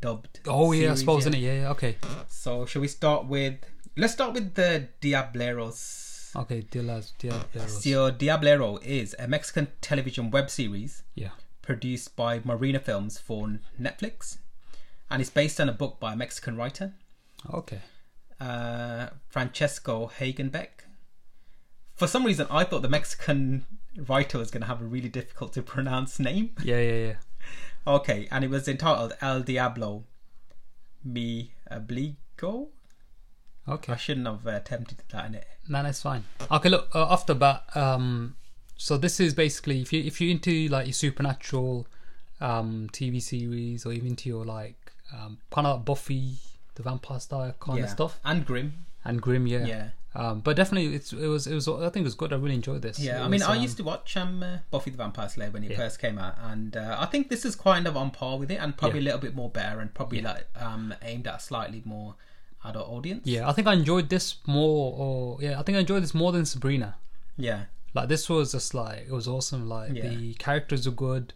[SPEAKER 3] dubbed.
[SPEAKER 1] Oh yeah, I
[SPEAKER 3] series,
[SPEAKER 1] suppose
[SPEAKER 3] yeah.
[SPEAKER 1] in it. Yeah, yeah. Okay.
[SPEAKER 3] So shall we start with? Let's start with the Diableros.
[SPEAKER 1] Okay. Diaz, Diaz,
[SPEAKER 3] So Diablero is a Mexican television web series
[SPEAKER 1] Yeah.
[SPEAKER 3] produced by Marina Films for Netflix, and it's based on a book by a Mexican writer,
[SPEAKER 1] Okay.
[SPEAKER 3] uh, Francesco Hagenbeck. For some reason, I thought the Mexican writer was going to have a really difficult to pronounce name.
[SPEAKER 1] Yeah, yeah, yeah.
[SPEAKER 3] Okay, and it was entitled El Diablo Mi Obligo.
[SPEAKER 1] Okay.
[SPEAKER 3] I shouldn't have uh, attempted that in it.
[SPEAKER 1] No, that's fine. Okay, look uh, off the bat. Um, so this is basically if you if you're into like your supernatural, um, TV series or even to your like um kind of like Buffy, the Vampire Slayer kind
[SPEAKER 3] Yeah.
[SPEAKER 1] of stuff
[SPEAKER 3] And Grim.
[SPEAKER 1] and Grim, yeah.
[SPEAKER 3] Yeah.
[SPEAKER 1] Um, but definitely, it's it was it was I think it was good. I really enjoyed this.
[SPEAKER 3] Yeah,
[SPEAKER 1] It
[SPEAKER 3] I mean,
[SPEAKER 1] was,
[SPEAKER 3] I
[SPEAKER 1] um,
[SPEAKER 3] used to watch um, uh, Buffy the Vampire Slayer when it
[SPEAKER 1] Yeah.
[SPEAKER 3] first came out, and uh, I think this is kind of on par with it, and probably a little bit more bare, and probably like um, aimed at a slightly more adult audience.
[SPEAKER 1] Yeah, I think I enjoyed this more. Or yeah, I think I enjoyed this more than Sabrina.
[SPEAKER 3] yeah,
[SPEAKER 1] Like this was just like it was awesome. Like
[SPEAKER 3] Yeah.
[SPEAKER 1] the characters were good,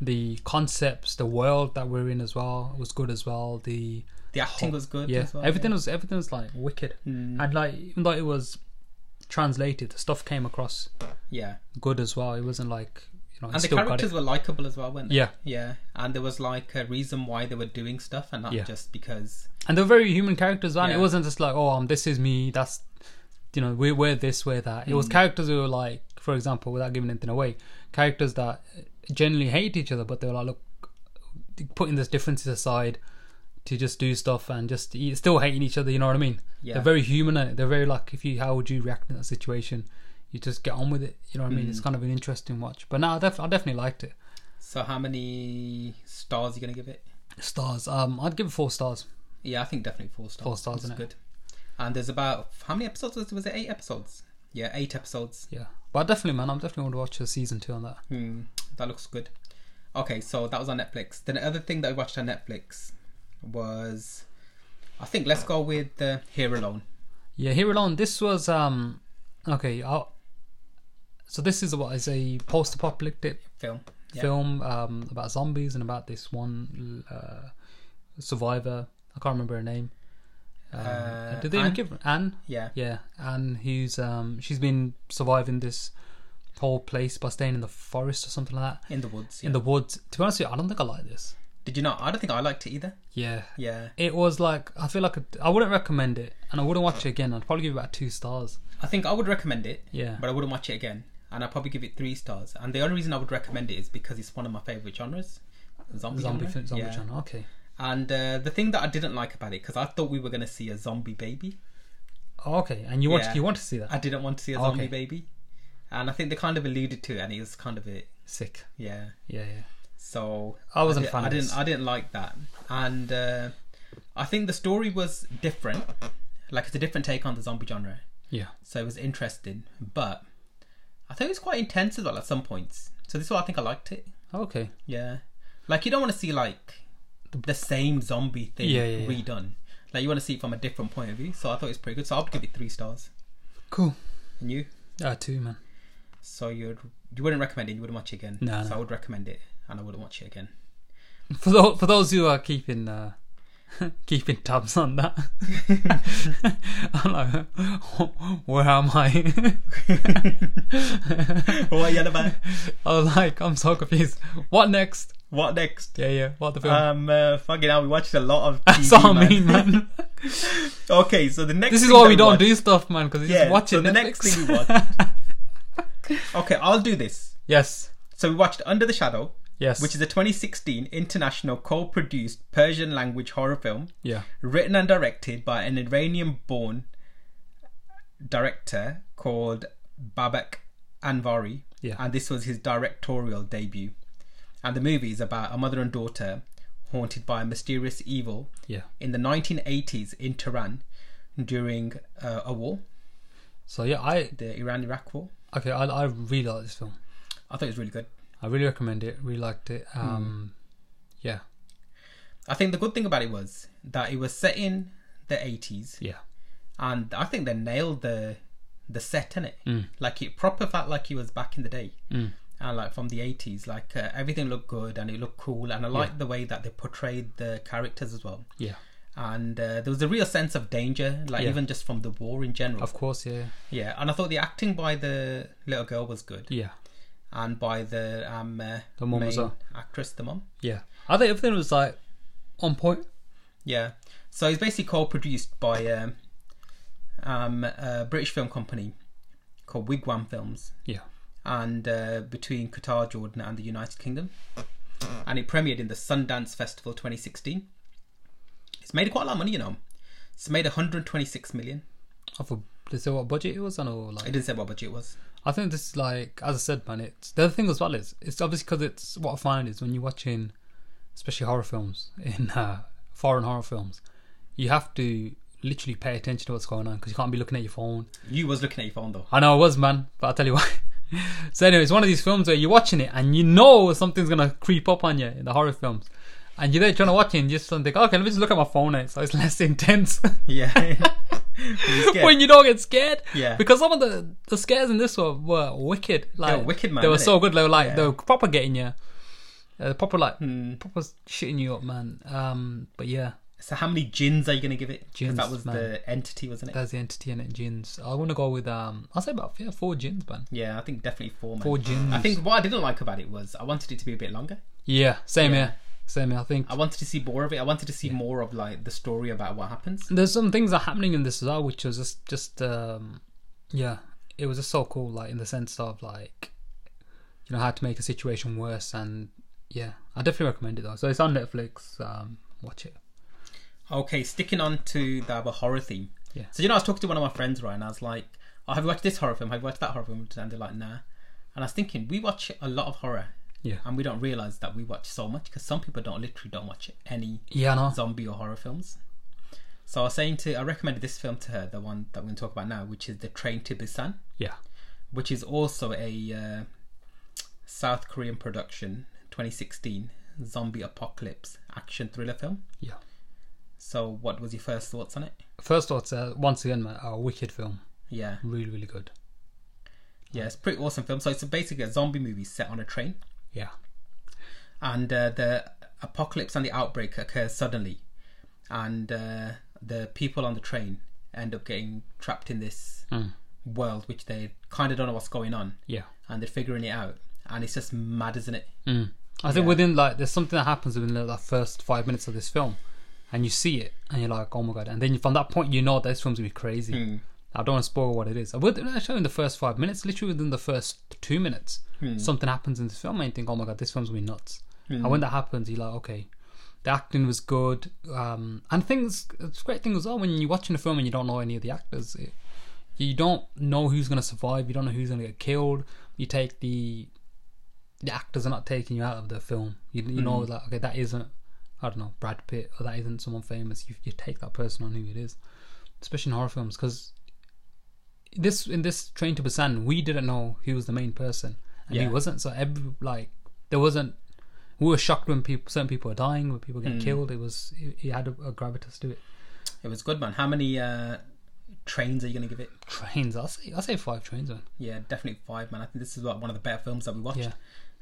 [SPEAKER 1] the concepts, the world that we're in as well was good as well. The
[SPEAKER 3] the acting was good.
[SPEAKER 1] yeah,
[SPEAKER 3] as well,
[SPEAKER 1] everything
[SPEAKER 3] yeah. Mm.
[SPEAKER 1] was everything was like wicked, and like even though it was translated, the stuff came across
[SPEAKER 3] yeah,
[SPEAKER 1] good as well. It wasn't like you know, he
[SPEAKER 3] and the
[SPEAKER 1] still got it.
[SPEAKER 3] characters were likable as well, weren't they?
[SPEAKER 1] Yeah.
[SPEAKER 3] yeah, and there was like a reason why they were doing stuff, and not
[SPEAKER 1] Yeah.
[SPEAKER 3] just because.
[SPEAKER 1] and they were very human characters, and
[SPEAKER 3] Yeah.
[SPEAKER 1] it wasn't just like, oh, um, this is me. That's you know, we're, we're this, we're that. It was
[SPEAKER 3] Mm.
[SPEAKER 1] characters who were like, for example, without giving anything away, characters that generally hate each other, but they were like, look, putting those differences aside to just do stuff and just e- still hating each other. You know what I mean?
[SPEAKER 3] Yeah.
[SPEAKER 1] They're very human. Innit? They're very like, if you, how would you react in that situation? You just get on with it. You know what I mean?
[SPEAKER 3] Mm.
[SPEAKER 1] It's kind of an interesting watch. But now I, def- I definitely liked it.
[SPEAKER 3] So, how many stars are you gonna give it?
[SPEAKER 1] Stars. Um, I'd give it four stars.
[SPEAKER 3] Yeah, I think definitely four stars.
[SPEAKER 1] Four stars,
[SPEAKER 3] It's
[SPEAKER 1] innit?
[SPEAKER 3] good. And there's about how many episodes was, was it? Eight episodes. Yeah, eight episodes.
[SPEAKER 1] Yeah. But definitely, man, I'm definitely going to watch a season two on that.
[SPEAKER 3] Hmm, that looks good. Okay, so that was on Netflix. Then the other thing that I watched on Netflix was, I think let's go with uh, Here Alone.
[SPEAKER 1] Yeah, here alone. This was um okay. i so this is what is a post-apocalyptic
[SPEAKER 3] Film. Yeah.
[SPEAKER 1] film um, about zombies and about this one uh, survivor. I can't remember her name. Um,
[SPEAKER 3] Uh,
[SPEAKER 1] did they
[SPEAKER 3] Anne?
[SPEAKER 1] even give Anne?
[SPEAKER 3] Yeah.
[SPEAKER 1] Yeah, Anne. Who's um she's been surviving this whole place by staying in the forest or something like that.
[SPEAKER 3] In the woods.
[SPEAKER 1] In
[SPEAKER 3] yeah.
[SPEAKER 1] the woods. To be honest, with you, I don't think I like this.
[SPEAKER 3] Did you not? I don't think I liked it either.
[SPEAKER 1] Yeah.
[SPEAKER 3] Yeah.
[SPEAKER 1] It was like I feel like I I wouldn't recommend it, and I wouldn't watch it again. I'd probably give it about two stars.
[SPEAKER 3] I think I would recommend it.
[SPEAKER 1] Yeah.
[SPEAKER 3] But I wouldn't watch it again, and I'd probably give it three stars. And the only reason I would recommend it is because it's one of my favorite genres. Zombie,
[SPEAKER 1] Zombie,
[SPEAKER 3] genre.
[SPEAKER 1] film, zombie
[SPEAKER 3] yeah.
[SPEAKER 1] channel. Okay.
[SPEAKER 3] And uh, the thing that I didn't like about it, because I thought we were going to see a zombie baby.
[SPEAKER 1] Oh, okay, and you want
[SPEAKER 3] Yeah.
[SPEAKER 1] you want to see that?
[SPEAKER 3] I didn't want to see a zombie
[SPEAKER 1] Okay.
[SPEAKER 3] baby. And I think they kind of alluded to it, and it was kind of it.
[SPEAKER 1] Sick.
[SPEAKER 3] Yeah.
[SPEAKER 1] Yeah, yeah.
[SPEAKER 3] So
[SPEAKER 1] I wasn't a
[SPEAKER 3] di-
[SPEAKER 1] fan
[SPEAKER 3] I
[SPEAKER 1] of
[SPEAKER 3] didn't.
[SPEAKER 1] this.
[SPEAKER 3] I didn't like that, and uh, I think the story was different. Like it's a different take on the zombie genre,
[SPEAKER 1] Yeah.
[SPEAKER 3] so it was interesting. But I think it was quite intense as well at some points. So this is why I think I liked it.
[SPEAKER 1] Okay.
[SPEAKER 3] Yeah, like you don't want to see like the same zombie thing
[SPEAKER 1] Yeah, yeah, yeah.
[SPEAKER 3] redone. Like you want to see it from a different point of view. So I thought it was pretty good. So I would give it three stars.
[SPEAKER 1] Cool.
[SPEAKER 3] And you?
[SPEAKER 1] Ah, two man.
[SPEAKER 3] So you'd you wouldn't recommend it. You wouldn't watch it again.
[SPEAKER 1] No,
[SPEAKER 3] So
[SPEAKER 1] no.
[SPEAKER 3] I would recommend it, and I wouldn't watch it
[SPEAKER 1] *laughs*
[SPEAKER 3] again.
[SPEAKER 1] For tho- for those who are keeping uh, *laughs* keeping tabs on that, *laughs* I'm like, *laughs* where am
[SPEAKER 3] *laughs*
[SPEAKER 1] I?
[SPEAKER 3] what are you on about?
[SPEAKER 1] I was like, I'm so confused. What next?
[SPEAKER 3] What next?
[SPEAKER 1] Yeah, yeah. What the film?
[SPEAKER 3] Um, uh, fucking hell, we watched a lot of TV.
[SPEAKER 1] *laughs* That's all I
[SPEAKER 3] man.
[SPEAKER 1] mean, man.
[SPEAKER 3] *laughs* okay, so the next.
[SPEAKER 1] This is
[SPEAKER 3] thing
[SPEAKER 1] why
[SPEAKER 3] that
[SPEAKER 1] we don't
[SPEAKER 3] watched-
[SPEAKER 1] do stuff, man, because it's
[SPEAKER 3] Yeah,
[SPEAKER 1] just watching
[SPEAKER 3] so the
[SPEAKER 1] Netflix.
[SPEAKER 3] next thing we watched. okay, I'll do this.
[SPEAKER 1] *laughs* yes,
[SPEAKER 3] So we watched Under the Shadow,
[SPEAKER 1] yes.
[SPEAKER 3] which is a 2016 international co-produced Persian language horror film,
[SPEAKER 1] yeah,
[SPEAKER 3] written and directed by an Iranian-born director called Babak Anvari,
[SPEAKER 1] Yeah.
[SPEAKER 3] and this was his directorial debut. And the movie is about a mother and daughter haunted by a mysterious evil
[SPEAKER 1] yeah.
[SPEAKER 3] in the 1980s in Tehran during uh, a war,
[SPEAKER 1] So yeah, I
[SPEAKER 3] the Iran-Iraq war.
[SPEAKER 1] okay, I I really like this film.
[SPEAKER 3] I thought it was really good.
[SPEAKER 1] I really recommend it. Really liked it. Um, yeah,
[SPEAKER 3] I think the good thing about it was that it was set in the 80s,
[SPEAKER 1] yeah.
[SPEAKER 3] and I think they nailed the the set in it.
[SPEAKER 1] Mm.
[SPEAKER 3] Like it proper felt like it was back in the day, and like from the 80s, like uh, everything looked good and it looked cool, and I liked the way that they portrayed the characters as well.
[SPEAKER 1] Yeah,
[SPEAKER 3] And uh, there was a real sense of danger, like
[SPEAKER 1] Yeah.
[SPEAKER 3] even just from the war in general.
[SPEAKER 1] of course. Yeah,
[SPEAKER 3] Yeah, and I thought the acting by the little girl was good.
[SPEAKER 1] yeah,
[SPEAKER 3] and by the um uh,
[SPEAKER 1] The mum as
[SPEAKER 3] main
[SPEAKER 1] well.
[SPEAKER 3] actress, the mom.
[SPEAKER 1] yeah. I think everything was like on point.
[SPEAKER 3] Yeah. So it's basically co-produced by um, um, a British film company called Wigwam Films,
[SPEAKER 1] Yeah,
[SPEAKER 3] and uh, between Qatar, Jordan, and the United Kingdom, and it premiered in the Sundance Festival 2016. It's made quite a lot of money, you know. It's made 126 million.
[SPEAKER 1] I thought. Did they say what budget it was on or
[SPEAKER 3] It
[SPEAKER 1] like?
[SPEAKER 3] didn't say what budget it was.
[SPEAKER 1] I think this is like, as I said, man. It's the other thing as well is it's obviously because it's what I find is when you're watching, *laughs* especially horror films in uh, foreign horror films, you have to literally pay attention to what's going on because you can't be looking at your phone.
[SPEAKER 3] You was looking at your phone though. *laughs*
[SPEAKER 1] I know I was, man, but I'll tell you *laughs* what. so, anyway, it's one of these films where you're watching it and you know something's going to creep up on you in the horror films. And you're there trying to watch it and you just don't think, okay, let me just look at my phone now. So it's *laughs* less intense
[SPEAKER 3] Yeah. *laughs*
[SPEAKER 1] when you don't get scared.
[SPEAKER 3] Yeah.
[SPEAKER 1] Because some of the, the scares in this one were wicked. Like,
[SPEAKER 3] wicked, man,
[SPEAKER 1] They were
[SPEAKER 3] innit?
[SPEAKER 1] so good. They were like,
[SPEAKER 3] Yeah. Hmm.
[SPEAKER 1] they were proper getting you. Uh, they're proper, like, proper shitting you up, man. Um, But yeah,
[SPEAKER 3] so how many gins are you gonna give it? 'Cause
[SPEAKER 1] Gins,
[SPEAKER 3] that was
[SPEAKER 1] man.
[SPEAKER 3] the entity, wasn't it?
[SPEAKER 1] That's the entity in it, gins. I want to go with um. I'll say about yeah, four gins, man.
[SPEAKER 3] yeah, I think definitely four. Man.
[SPEAKER 1] Four gins.
[SPEAKER 3] I think what I didn't like about it was I wanted it to be a bit longer.
[SPEAKER 1] Yeah, same here. Same here. I think
[SPEAKER 3] I wanted to see more of it. I wanted to see more of like the story about what happens.
[SPEAKER 1] there's some things that are happening in this as well, which was just just um, yeah, it was just so cool. Like in the sense of like, you know, how to make a situation worse, and yeah, I definitely recommend it though. So it's on Netflix. Um, watch it.
[SPEAKER 3] Okay, sticking on to the other horror theme.
[SPEAKER 1] Yeah.
[SPEAKER 3] So you know, I was talking to one of my friends, right, and I was like, "Oh, have you watched this horror film? Have you watched that horror film?" And they're like, "Nah." And I was thinking, we watch a lot of horror,
[SPEAKER 1] Yeah.
[SPEAKER 3] and we don't realize that we watch so much because some people don't literally don't watch any
[SPEAKER 1] Yeah, no.
[SPEAKER 3] zombie or horror films. So I was saying to, I recommended this film to her, the one that we're going to talk about now, which is The Train to Busan,
[SPEAKER 1] Yeah.
[SPEAKER 3] which is also a uh, South Korean production, 2016 zombie apocalypse action thriller film.
[SPEAKER 1] Yeah.
[SPEAKER 3] So what was your first thoughts on it?
[SPEAKER 1] First thoughts. Uh, once again, man, a wicked film.
[SPEAKER 3] Yeah.
[SPEAKER 1] Really, really good.
[SPEAKER 3] Yeah, it's a pretty awesome film. So it's basically a zombie movie set on a train,
[SPEAKER 1] Yeah.
[SPEAKER 3] and uh, the apocalypse and the outbreak occur suddenly, and uh, the people on the train end up getting trapped in this
[SPEAKER 1] Hmm.
[SPEAKER 3] world, which they kind of don't know what's going on,
[SPEAKER 1] Yeah.
[SPEAKER 3] and they're figuring it out, and it's just mad, isn't it?
[SPEAKER 1] I think within like there's something that happens within like, the first five minutes of this film, and you see it, and you're like, oh my god! And then from that point, you know this film's gonna be crazy. I don't want to spoil what it is. I would actually in the first five minutes, literally within the first two minutes, something happens in this film, and you think, oh my god, this film's gonna be nuts. And when that happens, you're like, okay, the acting was good. Um, and things, it's a great thing as well when you're watching a film and you don't know any of the actors. It, you don't know who's gonna survive. You don't know who's gonna get killed. You take the the actors are not taking you out of the film. You, you know, like okay, that isn't I don't know Brad Pitt or that isn't someone famous. You you take that person on who it is, especially in horror films, because this in this Train to Busan we didn't know who was the main person and
[SPEAKER 3] Yeah.
[SPEAKER 1] who wasn't. So every like there wasn't. We were shocked when people certain people were dying, when people get killed. It was it, it had a, a gravitas to it.
[SPEAKER 3] It was good, man. How many uh, trains are you gonna give it?
[SPEAKER 1] Trains, I say I say five trains man.
[SPEAKER 3] Yeah, definitely five, man. I think this is like, one of the better films that we watched.
[SPEAKER 1] Yeah.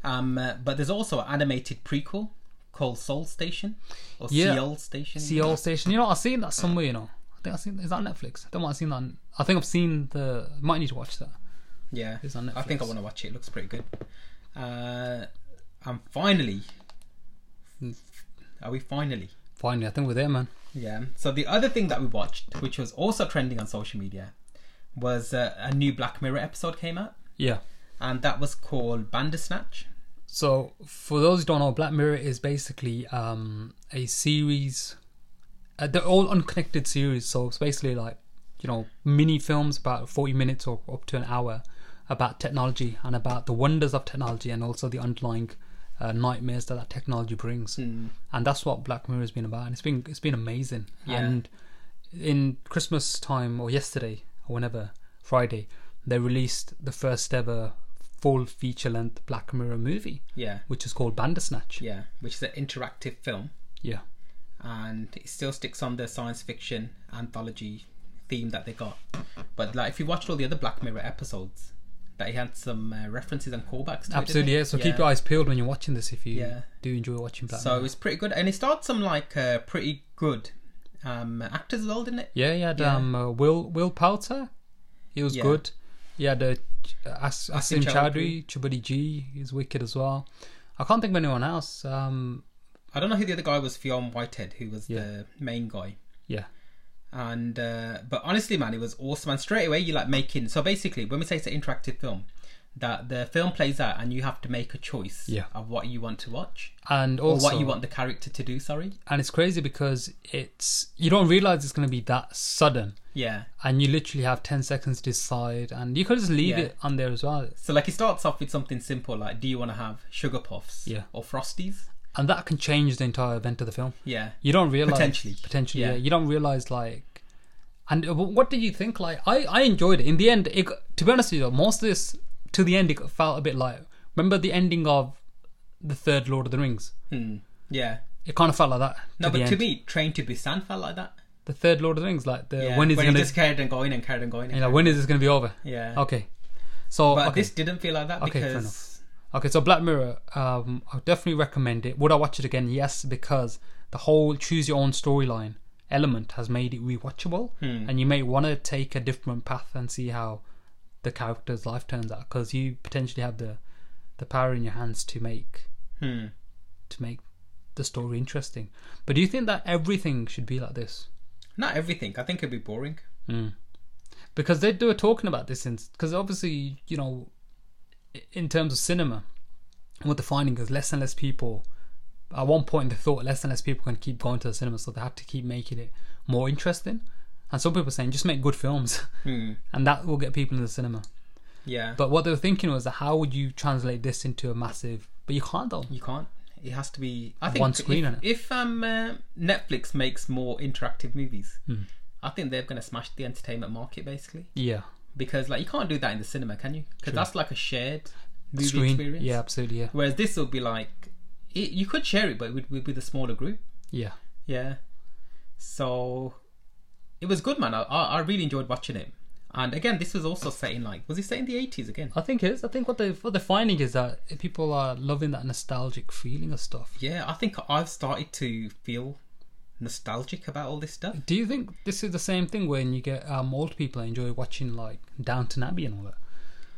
[SPEAKER 3] Um, uh, but there's also an animated prequel called Soul Station or
[SPEAKER 1] Yeah.
[SPEAKER 3] Seoul Station.
[SPEAKER 1] Seoul Station. You know, I've seen that somewhere. You know, I think I've seen. Is that on Netflix? I don't want to seen that. on- I think I've seen the. Might need to watch that.
[SPEAKER 3] Yeah,
[SPEAKER 1] It's on
[SPEAKER 3] I think I
[SPEAKER 1] Netflix.
[SPEAKER 3] want to watch it. It looks pretty good. Uh, and finally,
[SPEAKER 1] Hmm.
[SPEAKER 3] are we finally?
[SPEAKER 1] Finally, I think we're there, man.
[SPEAKER 3] Yeah. So the other thing that we watched, which was also trending on social media, was uh, a new Black Mirror episode came out,
[SPEAKER 1] Yeah.
[SPEAKER 3] and that was called Bandersnatch.
[SPEAKER 1] So for those who don't know, Black Mirror is basically um, a series. Uh, they're all unconnected series, so it's basically like you know mini films about forty minutes or up to an hour about technology and about the wonders of technology and also the underlying uh, nightmares that that technology brings. And that's what Black Mirror has been about, and it's been it's been amazing.
[SPEAKER 3] Yeah.
[SPEAKER 1] And in Christmas time or yesterday or whenever Friday, they released the first ever full feature length Black Mirror movie,
[SPEAKER 3] Yeah.
[SPEAKER 1] which is called Bandersnatch.
[SPEAKER 3] Yeah, Oh, which is an interactive film,
[SPEAKER 1] yeah,
[SPEAKER 3] and it still sticks on the science fiction anthology theme that they got. But like, if you watched all the other Black Mirror episodes, that he had some uh, references and callbacks. To it, didn't
[SPEAKER 1] absolutely.
[SPEAKER 3] he?
[SPEAKER 1] Yeah. So keep your eyes peeled when you're watching this if you
[SPEAKER 3] Yeah.
[SPEAKER 1] do enjoy watching Black
[SPEAKER 3] So
[SPEAKER 1] Mirror.
[SPEAKER 3] it's pretty good, and it starred some like uh, pretty good um, actors as well, didn't it?
[SPEAKER 1] Yeah, he had
[SPEAKER 3] Yeah.
[SPEAKER 1] Um, uh, Will Will Poulter. He was
[SPEAKER 3] Yeah.
[SPEAKER 1] good. He had uh, Ch- uh, As- Asim
[SPEAKER 3] Asim
[SPEAKER 1] Chowdhury, Chubuddy G. He's wicked as well. I can't think of anyone else. Um,
[SPEAKER 3] I don't know who the other guy was, Fionn Whitehead, who was the main guy.
[SPEAKER 1] yeah,
[SPEAKER 3] And uh, but honestly, man, it was awesome. And straight away, you like making. So basically, when we say it's an interactive film, that the film plays out, and you have to make a choice
[SPEAKER 1] Yeah.
[SPEAKER 3] of what you want to watch
[SPEAKER 1] and
[SPEAKER 3] or
[SPEAKER 1] also
[SPEAKER 3] what you want the character to do. Sorry,
[SPEAKER 1] and it's crazy because it's you don't realize it's going to be that sudden
[SPEAKER 3] yeah.
[SPEAKER 1] and you literally have 10 seconds to decide and you could just leave
[SPEAKER 3] Yeah.
[SPEAKER 1] it on there as well
[SPEAKER 3] So like, it starts off with something simple like, do you want to have sugar puffs,
[SPEAKER 1] Yeah.
[SPEAKER 3] or frosties,
[SPEAKER 1] and that can change the entire event of the film
[SPEAKER 3] yeah,
[SPEAKER 1] you don't realize
[SPEAKER 3] Potentially.
[SPEAKER 1] potentially yeah.
[SPEAKER 3] Yeah.
[SPEAKER 1] you don't realize like And uh, wh- what did you think? Like, I, I enjoyed it. In the end, it, got- to be honest with you, most of this to the end, it got- felt a bit like remember the ending of the third Lord of the Rings.
[SPEAKER 3] Yeah.
[SPEAKER 1] It kind of felt like that.
[SPEAKER 3] No,
[SPEAKER 1] the
[SPEAKER 3] but to
[SPEAKER 1] end.
[SPEAKER 3] me, Train to Busan felt like that.
[SPEAKER 1] the third Lord of the Rings, like the
[SPEAKER 3] Yeah.
[SPEAKER 1] when is it
[SPEAKER 3] when
[SPEAKER 1] gonna,
[SPEAKER 3] it just carried and going and carried and going. And
[SPEAKER 1] you know, when is this gonna be over?
[SPEAKER 3] Yeah.
[SPEAKER 1] Okay, so
[SPEAKER 3] But
[SPEAKER 1] okay.
[SPEAKER 3] this didn't feel like that
[SPEAKER 1] Okay, fair
[SPEAKER 3] because
[SPEAKER 1] Okay, so Black Mirror, um, I definitely recommend it. Would I watch it again? Yes, because the whole choose your own storyline element has made it rewatchable, and you may want to take a different path and see how the character's life turns out because you potentially have the the power in your hands to make
[SPEAKER 3] Hmm.
[SPEAKER 1] to make the story interesting. But do you think that everything should be like this?
[SPEAKER 3] not everything. I think it'd be boring.
[SPEAKER 1] because they, they were talking about this in because obviously you know i- in terms of cinema what they're finding is less and less people at one point they thought less and less people can keep going to the cinema so they had to keep making it more interesting and some people are saying just make good films *laughs* and that will get people in the cinema
[SPEAKER 3] Yeah.
[SPEAKER 1] but what they were thinking was that how would you translate this into a massive but you can't though
[SPEAKER 3] You can't. It has to be. I think
[SPEAKER 1] One screen
[SPEAKER 3] If,
[SPEAKER 1] on it.
[SPEAKER 3] if um uh, Netflix makes more interactive movies,
[SPEAKER 1] Hmm.
[SPEAKER 3] I think they're going to smash the entertainment market basically
[SPEAKER 1] yeah
[SPEAKER 3] because like you can't do that in the cinema, can you? Because that's like a shared movie
[SPEAKER 1] screen
[SPEAKER 3] experience.
[SPEAKER 1] yeah absolutely yeah
[SPEAKER 3] Whereas this will be like it, you could share it, but it would, would be the smaller group.
[SPEAKER 1] yeah
[SPEAKER 3] Yeah. So it was good, man. I, I I really enjoyed watching it. And again, this was also set in like was it set in the eighties again?
[SPEAKER 1] I think it is. I think what they what they're finding is that people are loving that nostalgic feeling of stuff.
[SPEAKER 3] Yeah, I think I've started to feel nostalgic about all this stuff.
[SPEAKER 1] Do you think this is the same thing when you get um, old people enjoy watching like Downton Abbey and all that? *laughs*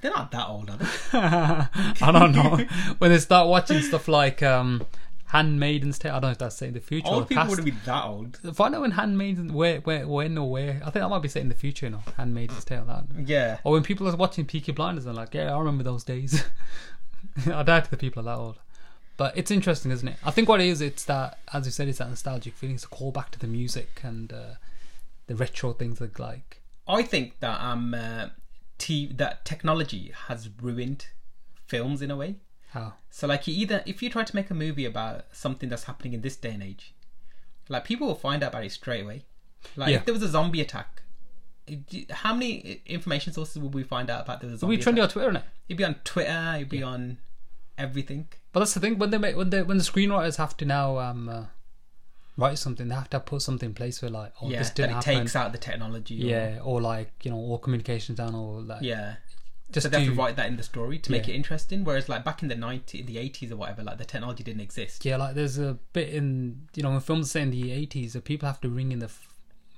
[SPEAKER 3] They're not that old, are they?
[SPEAKER 1] I don't
[SPEAKER 3] *laughs*
[SPEAKER 1] know. when they start watching stuff like um, Handmaiden's Tale, I don't know if that's set in the future or
[SPEAKER 3] old
[SPEAKER 1] the
[SPEAKER 3] people
[SPEAKER 1] past.
[SPEAKER 3] wouldn't be that old.
[SPEAKER 1] Find out when Handmaiden where where when or where. I think that might be set in the future, you know. Handmaiden's Tale. That.
[SPEAKER 3] Yeah.
[SPEAKER 1] Or when people are watching Peaky Blinders and like, yeah, I remember those days. *laughs* I doubt the people are that old. But it's interesting, isn't it? I think what it is, it's that, as you said, it's that nostalgic feeling. It's a call back to the music and uh, the retro things that like
[SPEAKER 3] I think that um, uh, t- that technology has ruined films in a way.
[SPEAKER 1] how
[SPEAKER 3] So like you either if you try to make a movie about something that's happening in this day and age, like people will find out about it straight away. Like
[SPEAKER 1] Yeah.
[SPEAKER 3] if there was a zombie attack, it- how many information sources would we find out about there was a zombie
[SPEAKER 1] we
[SPEAKER 3] attack?
[SPEAKER 1] trendy on Twitter, innit?
[SPEAKER 3] it'd be on Twitter. It'd be on everything.
[SPEAKER 1] But that's the thing when they make when they when the screenwriters have to now um, uh, write something, they have to put something in place where like, oh,
[SPEAKER 3] Yeah,
[SPEAKER 1] this
[SPEAKER 3] that
[SPEAKER 1] didn't
[SPEAKER 3] it
[SPEAKER 1] happen.
[SPEAKER 3] takes out the technology. or-
[SPEAKER 1] yeah, or like you know, all communications down, or like
[SPEAKER 3] yeah.
[SPEAKER 1] just
[SPEAKER 3] So they have to
[SPEAKER 1] do-
[SPEAKER 3] write that in the story to make
[SPEAKER 1] Yeah.
[SPEAKER 3] it interesting. Whereas like back in the ninety, in the eighties or whatever, like the technology didn't exist.
[SPEAKER 1] Yeah, like there's a bit in you know when films are set in the eighties, that people have to ring in the f-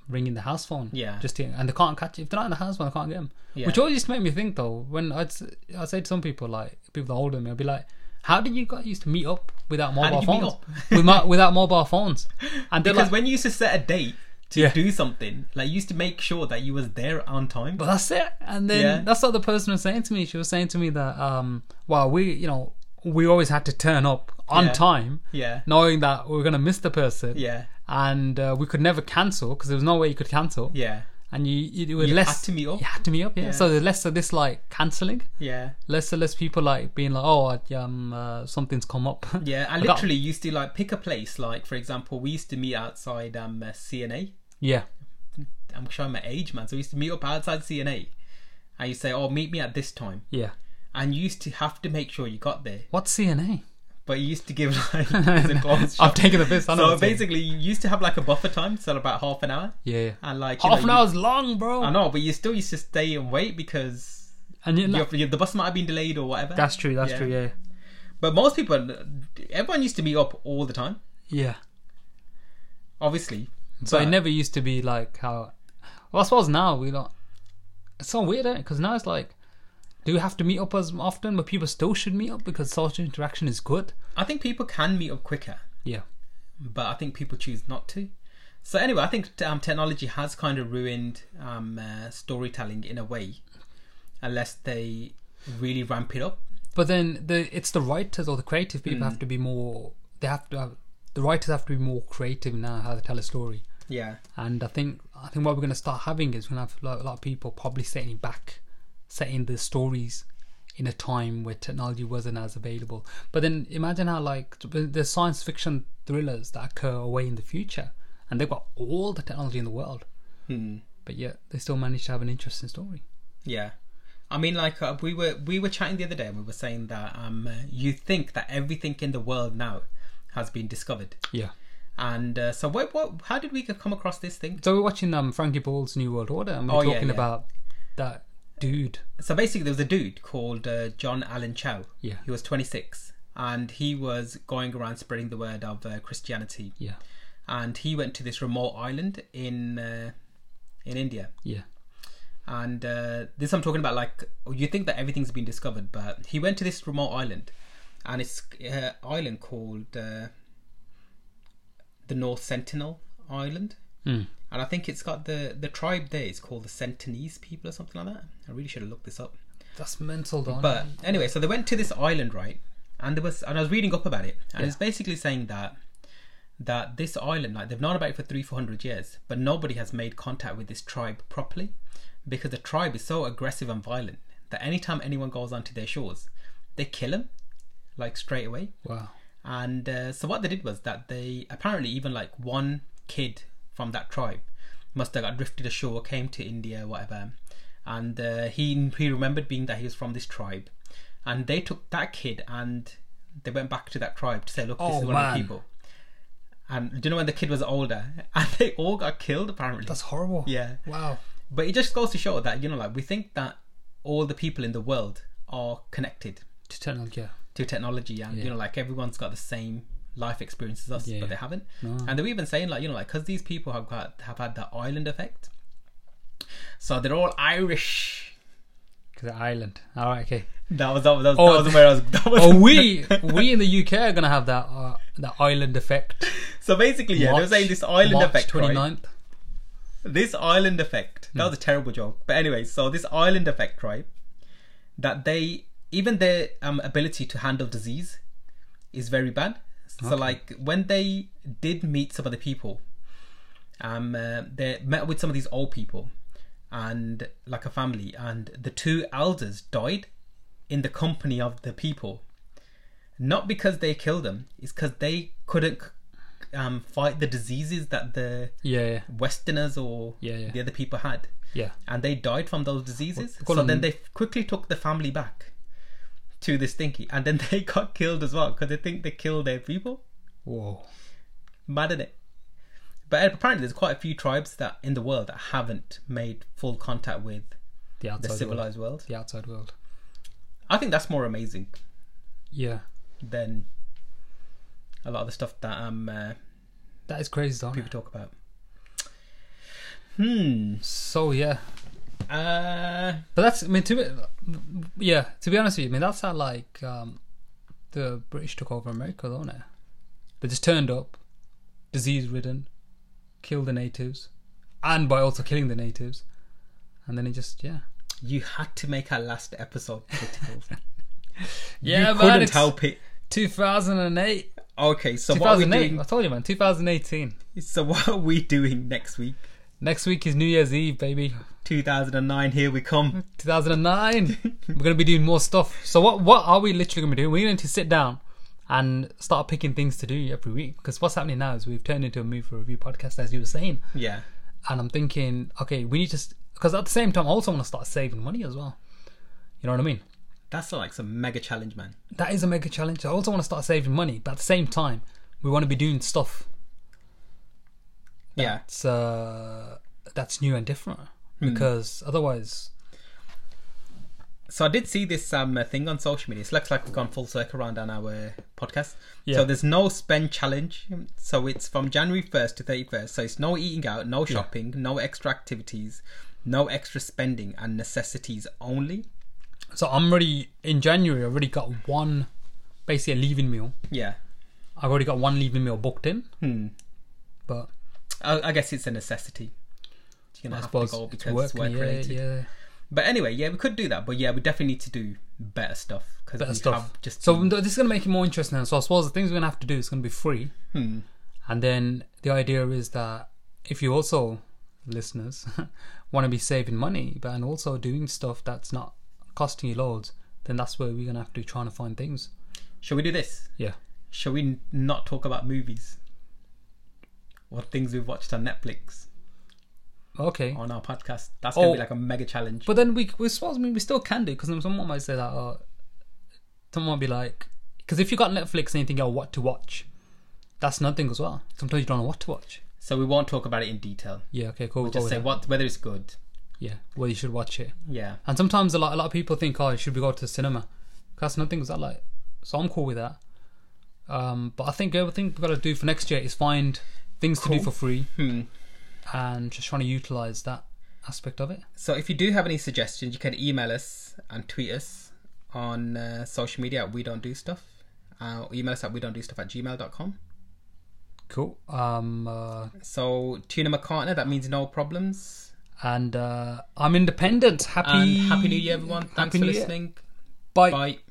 [SPEAKER 1] ring in the house phone.
[SPEAKER 3] Yeah.
[SPEAKER 1] just to, and they can't catch if they're not in the house phone, they can't get them.
[SPEAKER 3] Yeah.
[SPEAKER 1] Which always used to make me think though when I'd s- I say to some people like people that are older than me, I'd be like, how did you got used to meet up without mobile
[SPEAKER 3] did you meet
[SPEAKER 1] phones?
[SPEAKER 3] up?
[SPEAKER 1] With my, without mobile
[SPEAKER 3] *laughs*
[SPEAKER 1] phones, and they're
[SPEAKER 3] Because
[SPEAKER 1] like,
[SPEAKER 3] when you used to set a date to
[SPEAKER 1] Yeah.
[SPEAKER 3] do something, like you used to make sure that you was there on time.
[SPEAKER 1] but that's it. And then
[SPEAKER 3] Yeah.
[SPEAKER 1] that's what the person was saying to me. She was saying to me that um, well, we you know we always had to turn up on
[SPEAKER 3] Yeah.
[SPEAKER 1] time,
[SPEAKER 3] yeah,
[SPEAKER 1] knowing that we were gonna miss the person.
[SPEAKER 3] yeah,
[SPEAKER 1] and uh, we could never cancel because there was no way you could cancel.
[SPEAKER 3] yeah,
[SPEAKER 1] And you, you, you were
[SPEAKER 3] You
[SPEAKER 1] less.
[SPEAKER 3] had to meet up.
[SPEAKER 1] You had to meet up, yeah. So there's less of this like cancelling,
[SPEAKER 3] yeah,
[SPEAKER 1] less of this people like being like, oh, I- um, uh, something's come up.
[SPEAKER 3] yeah.
[SPEAKER 1] *laughs*
[SPEAKER 3] I
[SPEAKER 1] I got-
[SPEAKER 3] literally used to like pick a place. Like for example, we used to meet outside um uh, CNA.
[SPEAKER 1] yeah.
[SPEAKER 3] I'm showing my age, man. So we used to meet up outside CNA, and you say, "Oh, meet me at this time,"
[SPEAKER 1] Yeah.
[SPEAKER 3] and you used to have to make sure you got there.
[SPEAKER 1] What's CNA?
[SPEAKER 3] but you used to give *laughs* like
[SPEAKER 1] *laughs*
[SPEAKER 3] it's a closed
[SPEAKER 1] I've
[SPEAKER 3] shop.
[SPEAKER 1] taken the piss, I know
[SPEAKER 3] So
[SPEAKER 1] what's in it.
[SPEAKER 3] basically, you used to have like a buffer time, so about half an hour,
[SPEAKER 1] Yeah. yeah.
[SPEAKER 3] and like you
[SPEAKER 1] Half an
[SPEAKER 3] know, you-
[SPEAKER 1] hour's long, bro.
[SPEAKER 3] I know, but you still used to stay and wait because
[SPEAKER 1] And you're like,
[SPEAKER 3] your- your- the bus might have been delayed or whatever.
[SPEAKER 1] that's true. That's
[SPEAKER 3] Yeah.
[SPEAKER 1] true. Yeah.
[SPEAKER 3] But most people, everyone used to meet up all the time,
[SPEAKER 1] Yeah.
[SPEAKER 3] obviously.
[SPEAKER 1] So it
[SPEAKER 3] But-
[SPEAKER 1] never used to be like how. Well, I suppose now we don't. It's so weird, is Because now it's like, do we have to meet up as often? But people still should meet up because social interaction is good.
[SPEAKER 3] I think people can meet up quicker,
[SPEAKER 1] Yeah.
[SPEAKER 3] but I think people choose not to. So anyway, I think um, technology has kind of ruined um, uh, storytelling in a way, unless they really ramp it up.
[SPEAKER 1] But then the it's the writers or the creative people have to be more. They have to have the writers have to be more creative now how they tell a story.
[SPEAKER 3] Yeah,
[SPEAKER 1] And I think I think what we're going to start having is we're going to have like, a lot of people probably setting back, setting the stories in a time where technology wasn't as available. But then imagine how like there's science fiction thrillers that occur away in the future, and they've got all the technology in the world.
[SPEAKER 3] Hmm.
[SPEAKER 1] But yet they still managed to have an interesting story.
[SPEAKER 3] Yeah. I mean, like uh, we were we were chatting the other day, and we were saying that um, you think that everything in the world now has been discovered,
[SPEAKER 1] Yeah.
[SPEAKER 3] and uh, so what, what? How did we come across this thing?
[SPEAKER 1] So we're watching um, Frankie Ball's New World Order, and we're
[SPEAKER 3] Oh, yeah,
[SPEAKER 1] talking
[SPEAKER 3] yeah.
[SPEAKER 1] about that dude.
[SPEAKER 3] so basically there was a dude called uh, John Allen Chow.
[SPEAKER 1] Yeah.
[SPEAKER 3] He was 26 and he was going around spreading the word of uh, Christianity.
[SPEAKER 1] Yeah,
[SPEAKER 3] And he went to this remote island in uh, in India.
[SPEAKER 1] yeah,
[SPEAKER 3] And uh, this I'm talking about like you think that everything's been discovered, but he went to this remote island and it's uh, island called uh, the North Sentinel Island.
[SPEAKER 1] Mm.
[SPEAKER 3] And I think it's got the the tribe there is called the Sentinese people or something like that. I really should have looked this up.
[SPEAKER 1] that's mental, Don.
[SPEAKER 3] But anyway, so they went to this island, right? And there was, and I was reading up about it, and it's basically saying that that this island, like they've known about it for three, four hundred years, but nobody has made contact with this tribe properly, because the tribe is so aggressive and violent that anytime anyone goes onto their shores, they kill them, like straight away.
[SPEAKER 1] wow,
[SPEAKER 3] And uh, so what they did was that they apparently even like one kid from that tribe must have got drifted ashore, came to India, whatever, and uh, he he remembered being that he was from this tribe, and they took that kid and they went back to that tribe to say, look, this
[SPEAKER 1] Oh,
[SPEAKER 3] is one of
[SPEAKER 1] man.
[SPEAKER 3] the people. And do you know when the kid was older, *laughs* and they all got killed apparently.
[SPEAKER 1] that's horrible.
[SPEAKER 3] Yeah.
[SPEAKER 1] wow,
[SPEAKER 3] But it just goes to show that you know, like we think that all the people in the world are connected
[SPEAKER 1] to turn on, yeah,
[SPEAKER 3] to technology and you know like everyone's got the same life experiences as us
[SPEAKER 1] Yeah.
[SPEAKER 3] but they haven't and they were even saying like you know like because these people have got have had that island effect so they're all irish
[SPEAKER 1] because island. All right,
[SPEAKER 3] *laughs*
[SPEAKER 1] okay.
[SPEAKER 3] that was that was, that was,
[SPEAKER 1] Oh,
[SPEAKER 3] that was where i was that was *laughs*
[SPEAKER 1] Oh, we we in the UK are gonna have that uh, that island effect.
[SPEAKER 3] so basically yeah they were
[SPEAKER 1] March-
[SPEAKER 3] saying this island
[SPEAKER 1] March
[SPEAKER 3] effect right?
[SPEAKER 1] 29th.
[SPEAKER 3] this island effect that was a terrible joke but anyway so this island effect right that they even their um, ability to handle disease is very bad so like when they did meet some of the people um uh, they met with some of these old people and like a family and the two elders died in the company of the people not because they killed them it's because they couldn't um, fight the diseases that the
[SPEAKER 1] Yeah, yeah,
[SPEAKER 3] Westerners or
[SPEAKER 1] Yeah, yeah.
[SPEAKER 3] the other people had,
[SPEAKER 1] yeah.
[SPEAKER 3] and they died from those diseases.
[SPEAKER 1] Well, go
[SPEAKER 3] so
[SPEAKER 1] on.
[SPEAKER 3] then they quickly took the family back to this thingy, and then *laughs* they got killed as well because they think they killed their people.
[SPEAKER 1] Whoa,
[SPEAKER 3] Mad at it. But apparently, there's quite a few tribes that in the world that haven't made full contact with
[SPEAKER 1] the
[SPEAKER 3] the
[SPEAKER 1] outside world.
[SPEAKER 3] civilized world.
[SPEAKER 1] The outside world.
[SPEAKER 3] I think that's more amazing
[SPEAKER 1] Yeah,
[SPEAKER 3] than a lot of the stuff that um uh,
[SPEAKER 1] that is crazy, Don.
[SPEAKER 3] people talk about. Hmm.
[SPEAKER 1] So yeah,
[SPEAKER 3] Uh.
[SPEAKER 1] But that's I mean to be, yeah to be honest with you I mean that's how like um, the British took over America, don't it? They just turned up, disease ridden, killed the natives, and by also killing the natives, and then it just yeah
[SPEAKER 3] You had to make our last
[SPEAKER 1] *laughs*
[SPEAKER 3] episode political.
[SPEAKER 1] yeah
[SPEAKER 3] you couldn't help it.
[SPEAKER 1] 2008
[SPEAKER 3] Okay, so what are we
[SPEAKER 1] 2008
[SPEAKER 3] doing?
[SPEAKER 1] I told you man 2018
[SPEAKER 3] *laughs* So what are we doing next week?
[SPEAKER 1] next week is New Year's Eve baby
[SPEAKER 3] 2009, here we
[SPEAKER 1] *laughs*
[SPEAKER 3] come.
[SPEAKER 1] 2009 we're gonna be doing more stuff so what what are we literally gonna be doing we're going to sit down and start picking things to do every week because what's happening now is we've turned into a move for review podcast as you were saying
[SPEAKER 3] Yeah,
[SPEAKER 1] and i'm thinking okay we need to because at the same time i also want to start saving money as well you know what i mean
[SPEAKER 3] that's like some mega challenge, man.
[SPEAKER 1] that is a mega challenge i also want to start saving money but at the same time we want to be doing stuff
[SPEAKER 3] Yeah,
[SPEAKER 1] that's uh that's new and different
[SPEAKER 3] Hmm.
[SPEAKER 1] because otherwise
[SPEAKER 3] so I did see this um uh, thing on social media. It looks like we've gone full circle around on our podcast.
[SPEAKER 1] Yeah.
[SPEAKER 3] So there's no spend challenge. So it's from January 1st to 31st. So it's no eating out, no shopping, no extra activities, no extra spending, and necessities only.
[SPEAKER 1] so i'm already in january i already got one basically a leaving meal
[SPEAKER 3] Yeah,
[SPEAKER 1] I've already got one leaving meal booked in.
[SPEAKER 3] Hmm.
[SPEAKER 1] But
[SPEAKER 3] I, I guess it's a necessity.
[SPEAKER 1] I
[SPEAKER 3] You're gonna have
[SPEAKER 1] suppose
[SPEAKER 3] to go
[SPEAKER 1] it's
[SPEAKER 3] because
[SPEAKER 1] work,
[SPEAKER 3] it's work
[SPEAKER 1] yeah,
[SPEAKER 3] related.
[SPEAKER 1] yeah.
[SPEAKER 3] But anyway, yeah, we could do that. But yeah, we definitely need to do better stuff because
[SPEAKER 1] Better
[SPEAKER 3] we
[SPEAKER 1] stuff.
[SPEAKER 3] have just
[SPEAKER 1] so
[SPEAKER 3] been-
[SPEAKER 1] th- this is gonna make it more interesting. So I suppose the things we're gonna have to do is gonna be free.
[SPEAKER 3] Hmm.
[SPEAKER 1] And then the idea is that if you also listeners *laughs* want to be saving money, but and also doing stuff that's not costing you loads, then that's where we're gonna have to be trying to find things.
[SPEAKER 3] shall we do this?
[SPEAKER 1] Yeah.
[SPEAKER 3] Shall we n- not talk about movies or things we've watched on Netflix?
[SPEAKER 1] Okay.
[SPEAKER 3] on our podcast. That's gonna
[SPEAKER 1] Oh.
[SPEAKER 3] be like a mega challenge.
[SPEAKER 1] But then we, we suppose I mean, we still can do because someone might say that. Uh, someone might be like, because if you got Netflix and you think, oh, what to watch, that's another thing as well. Sometimes you don't know what to watch.
[SPEAKER 3] so we won't talk about it in detail.
[SPEAKER 1] Yeah, okay, cool. we'll go
[SPEAKER 3] Just
[SPEAKER 1] with
[SPEAKER 3] say
[SPEAKER 1] that.
[SPEAKER 3] what whether it's good.
[SPEAKER 1] Yeah, well, you should watch it.
[SPEAKER 3] Yeah.
[SPEAKER 1] And sometimes a lot, a lot of people think, oh, should we go to the cinema? That's nothing. Is that like? So I'm cool with that. Um, but I think the other thing we've got to do for next year is find things to do for free
[SPEAKER 3] Hmm.
[SPEAKER 1] and just trying to utilize that aspect of it.
[SPEAKER 3] So if you do have any suggestions, you can email us and tweet us on uh, social media at We Don't Do Stuff. Uh, email us at We Don't Do Stuff at gmail.com.
[SPEAKER 1] Cool. Um, uh,
[SPEAKER 3] So tuna McCartney, that means no problems.
[SPEAKER 1] and uh, I'm independent. Happy
[SPEAKER 3] And happy New Year, everyone. Thanks
[SPEAKER 1] Happy
[SPEAKER 3] for
[SPEAKER 1] New Year.
[SPEAKER 3] listening.
[SPEAKER 1] Bye.
[SPEAKER 3] Bye.